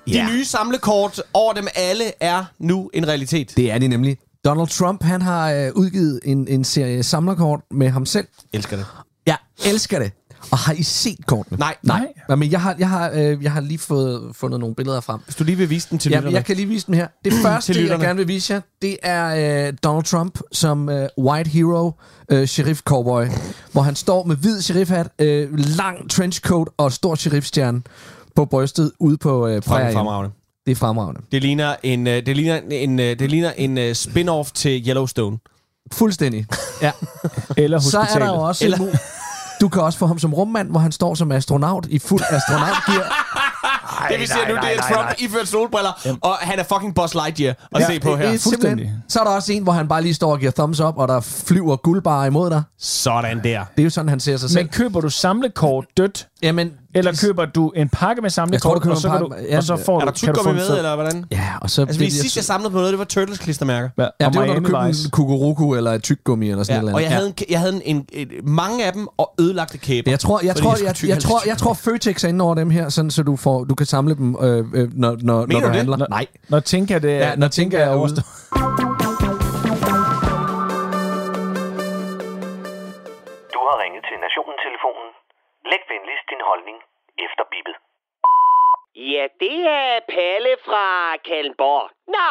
S3: ja. de nye samlekort over dem alle er nu en realitet.
S5: Det er de nemlig. Donald Trump, han har øh, udgivet en, en serie samlerkort med ham selv.
S3: elsker det.
S5: Jeg elsker det. Og har I set kortene?
S3: Nej.
S5: Nej. Nej men jeg har, jeg har, øh, jeg har lige fået, fundet nogle billeder frem.
S3: Hvis du lige vil vise den til
S5: Jeg,
S3: lytterne.
S5: jeg kan lige vise dem her. Det *clears throat* første, jeg
S3: lytterne.
S5: gerne vil vise jer, det er øh, Donald Trump som øh, white hero, øh, sheriff cowboy, hvor han står med hvid sheriffhat, øh, lang trenchcoat og stor sheriffstjerne på brystet ude på øh, prærien.
S3: fremragende.
S5: Det er fremragende.
S3: Det ligner en, øh, det ligner en, øh, det ligner en øh, spin-off til Yellowstone.
S5: Fuldstændig. *laughs*
S4: Ja. Eller
S5: Så
S4: hospitalet.
S5: er der jo også...
S3: Eller-
S5: Eller... Du kan også få ham som rummand, hvor han står som astronaut i fuld astronautgear.
S3: Ej, det vi ser nu, det er Trump nej. iført solbriller, Jamen. og han er fucking Buzz Lightyear at ja, se på her.
S5: Det er simpelthen.
S4: Fuldstændig.
S5: Så er der også en, hvor han bare lige står og giver thumbs up, og der flyver guldbarer imod dig.
S3: Sådan der.
S5: Det er jo sådan, han ser sig selv.
S4: Men køber du samlekort dødt,
S5: Jamen,
S4: eller køber du en pakke med samlekort,
S5: Jeg tror, du køber
S4: og, så
S5: en
S4: kan
S5: pakke
S4: du,
S5: med- ja,
S4: og så får
S3: Er der
S4: du, kan du få
S3: tyggegummi
S4: en
S3: med,
S4: fed-
S3: eller hvordan?
S5: ja, og så...
S3: Altså,
S5: bliver
S3: hvis
S5: de-
S3: sidst jeg samlede på noget, det var Turtles-klistermærker.
S4: Ja,
S5: Ja,
S4: og
S5: det var, når du
S4: Miami
S5: købte
S4: Vice.
S5: en kukuruku eller et tyggegummi eller sådan ja,
S3: Ja,
S5: noget.
S3: og jeg havde, en, jeg havde en, en, en, mange af dem og ødelagte kæber.
S5: Jeg tror, jeg,
S3: fordi
S5: tror,
S3: skulle
S5: jeg,
S3: tygge
S5: jeg, jeg,
S3: alt.
S5: tror, jeg tror, Føtex er inde over dem her, sådan, så du, får, du kan samle dem, øh, øh, når, når, når du
S3: du det?
S5: handler.
S4: Når Tinka det er...
S5: Ja, når Tinka er ude.
S10: ringet til Nationen-telefonen. Læg venligst din holdning efter bippet.
S11: Ja, det er Palle fra Kalmborg. Nå,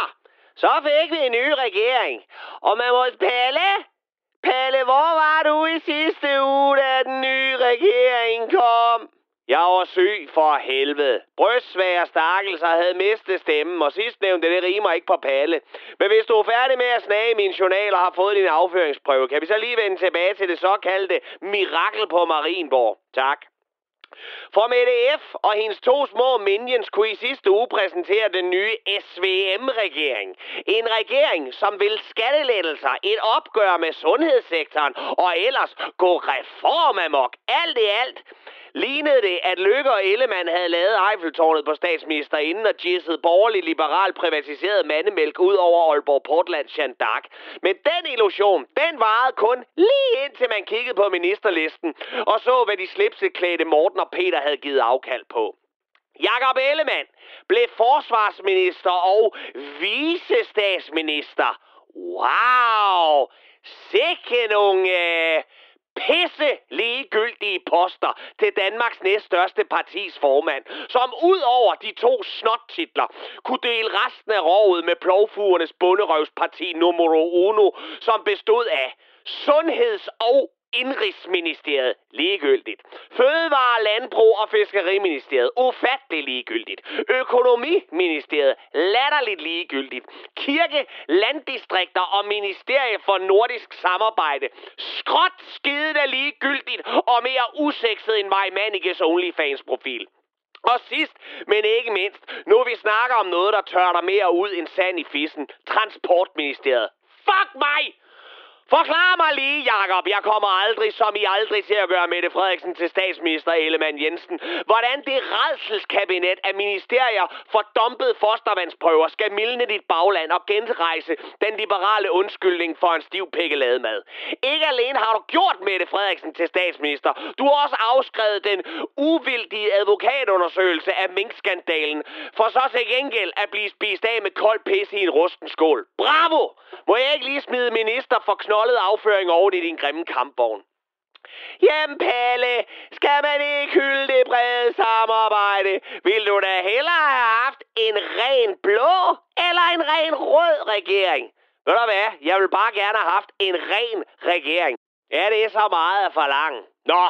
S11: så fik vi en ny regering. Og man må... Palle? Palle, hvor var du i sidste uge, da den nye regering kom? Jeg var syg for helvede. Brystsvær stakkels og havde mistet stemmen, og sidstnævnte det rimer ikke på Palle. Men hvis du er færdig med at snage i min journal og har fået din afføringsprøve, kan vi så lige vende tilbage til det såkaldte mirakel på Marienborg. Tak. For Mette F. og hendes to små minions kunne i sidste uge præsentere den nye SVM-regering. En regering, som vil skattelettelser, et opgør med sundhedssektoren og ellers gå reformamok. Alt i alt lignede det, at Løkke og Ellemann havde lavet Eiffeltårnet på statsministerinden og jizzede borgerlig liberal privatiseret mandemælk ud over Aalborg Portland Shandak. Men den illusion, den varede kun lige indtil man kiggede på ministerlisten og så, hvad de slipseklædte Morten og Peter havde givet afkald på. Jakob Ellemann blev forsvarsminister og visestatsminister. Wow! Sikke nogle øh, pisse ligegyldige poster til Danmarks næststørste partis formand, som ud over de to snottitler kunne dele resten af rovet med plovfugernes bunderøvsparti numero uno, som bestod af sundheds- og Indrigsministeriet ligegyldigt. Fødevare, Landbrug og Fiskeriministeriet ufattelig ligegyldigt. Økonomiministeriet latterligt ligegyldigt. Kirke, landdistrikter og Ministerie for Nordisk Samarbejde. Skråt skidende ligegyldigt og mere usekset end mig Manikes OnlyFans profil. Og sidst, men ikke mindst, nu vi snakker om noget, der tørner mere ud end sand i fissen. Transportministeriet. Fuck mig! Forklar mig lige, Jakob. Jeg kommer aldrig, som I aldrig, til at gøre Mette Frederiksen til statsminister Ellemann Jensen. Hvordan det redselskabinet af ministerier for dumpede fostervandsprøver skal mildne dit bagland og genrejse den liberale undskyldning for en stiv pikkelademad. Ikke alene har du gjort Mette Frederiksen til statsminister, du har også afskrevet den uvildige advokatundersøgelse af minkskandalen, for så til gengæld at blive spist af med kold pis i en rusten skål. Bravo! Må jeg ikke lige smide minister for knoldet afføring over i din grimme kampvogn? Jamen Palle, skal man ikke hylde det brede samarbejde? Vil du da hellere have haft en ren blå eller en ren rød regering? Ved du hvad, jeg vil bare gerne have haft en ren regering. Ja, det er så meget at forlange. Nå,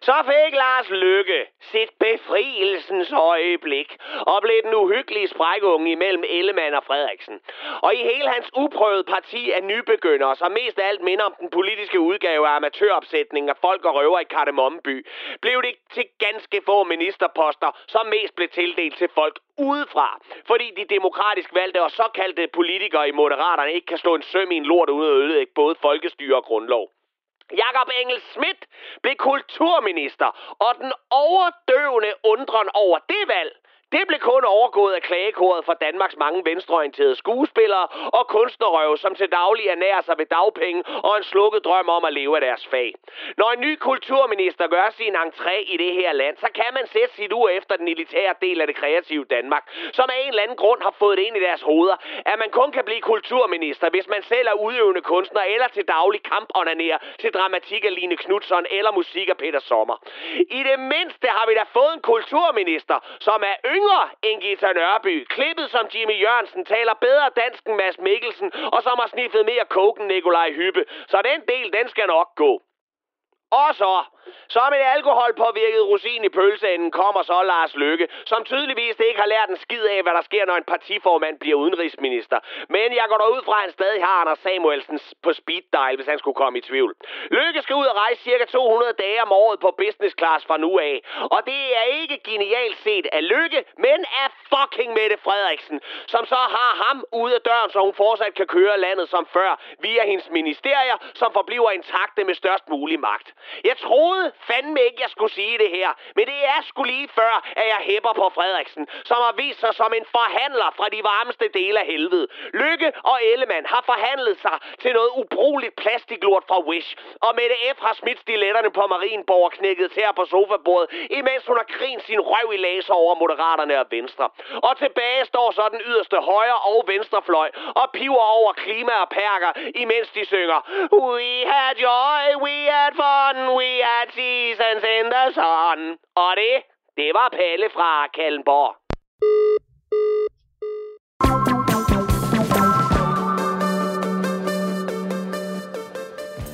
S11: så fik Lars Lykke sit befrielsens øjeblik og blev den uhyggelige sprækunge imellem Ellemann og Frederiksen. Og i hele hans uprøvede parti af nybegyndere, som mest af alt minder om den politiske udgave af amatøropsætningen af folk og røver i Kardemommeby, blev det til ganske få ministerposter, som mest blev tildelt til folk udefra, fordi de demokratisk valgte og såkaldte politikere i Moderaterne ikke kan slå en søm i en lort uden at ødelægge både folkestyre og grundlov. Jakob Engel Schmidt blev kulturminister, og den overdøvende undren over det valg, det blev kun overgået af klagekoret for Danmarks mange venstreorienterede skuespillere og kunstnerøve, som til daglig ernærer sig ved dagpenge og en slukket drøm om at leve af deres fag. Når en ny kulturminister gør sin entré i det her land, så kan man sætte sit ur efter den elitære del af det kreative Danmark, som af en eller anden grund har fået det ind i deres hoveder, at man kun kan blive kulturminister, hvis man selv er udøvende kunstner eller til daglig kamponanerer til dramatik af Line Knudsen eller musik af Peter Sommer. I det mindste har vi da fået en kulturminister, som er yngre end Gita Nørby, klippet som Jimmy Jørgensen, taler bedre dansk end Mads Mikkelsen, og som har sniffet mere coke end Nikolaj Hyppe. Så den del, den skal nok gå. Og så, som en alkoholpåvirket rusin i pølseenden, kommer så Lars Lykke, som tydeligvis ikke har lært en skid af, hvad der sker, når en partiformand bliver udenrigsminister. Men jeg går da ud fra, at han stadig har Anders Samuelsen på speed dial, hvis han skulle komme i tvivl. Lykke skal ud og rejse cirka 200 dage om året på business class fra nu af. Og det er ikke genialt set af Lykke, men af fucking Mette Frederiksen, som så har ham ude af døren, så hun fortsat kan køre landet som før, via hendes ministerier, som forbliver intakte med størst mulig magt. Jeg troede fandme ikke, jeg skulle sige det her, men det er sgu lige før, at jeg hæpper på Frederiksen, som har vist sig som en forhandler fra de varmeste dele af helvede. Lykke og Ellemann har forhandlet sig til noget ubrugeligt plastiklort fra Wish, og Mette F. har smidt stiletterne på Marienborg og knækket tæer på sofabordet, imens hun har grint sin røv i laser over Moderaterne og Venstre. Og tilbage står så den yderste højre og venstrefløj og piver over klima og perker, imens de synger We had joy, we had fun, været sådan. Og det, det var Pelle fra Kalmborg.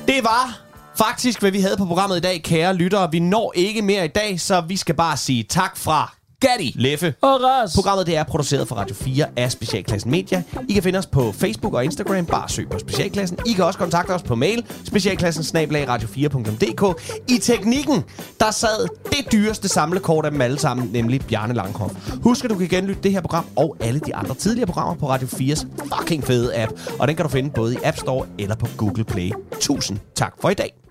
S3: Det var faktisk, hvad vi havde på programmet i dag, kære lyttere. Vi når ikke mere i dag, så vi skal bare sige tak fra Gatti, Leffe
S4: og Ras.
S3: Programmet det er produceret for Radio 4 af Specialklassen Media. I kan finde os på Facebook og Instagram. Bare søg på Specialklassen. I kan også kontakte os på mail. Specialklassen radio4.dk I teknikken, der sad det dyreste samlekort af dem alle sammen, nemlig Bjarne Langhoff. Husk, at du kan genlytte det her program og alle de andre tidligere programmer på Radio 4's fucking fede app. Og den kan du finde både i App Store eller på Google Play. Tusind tak for i dag.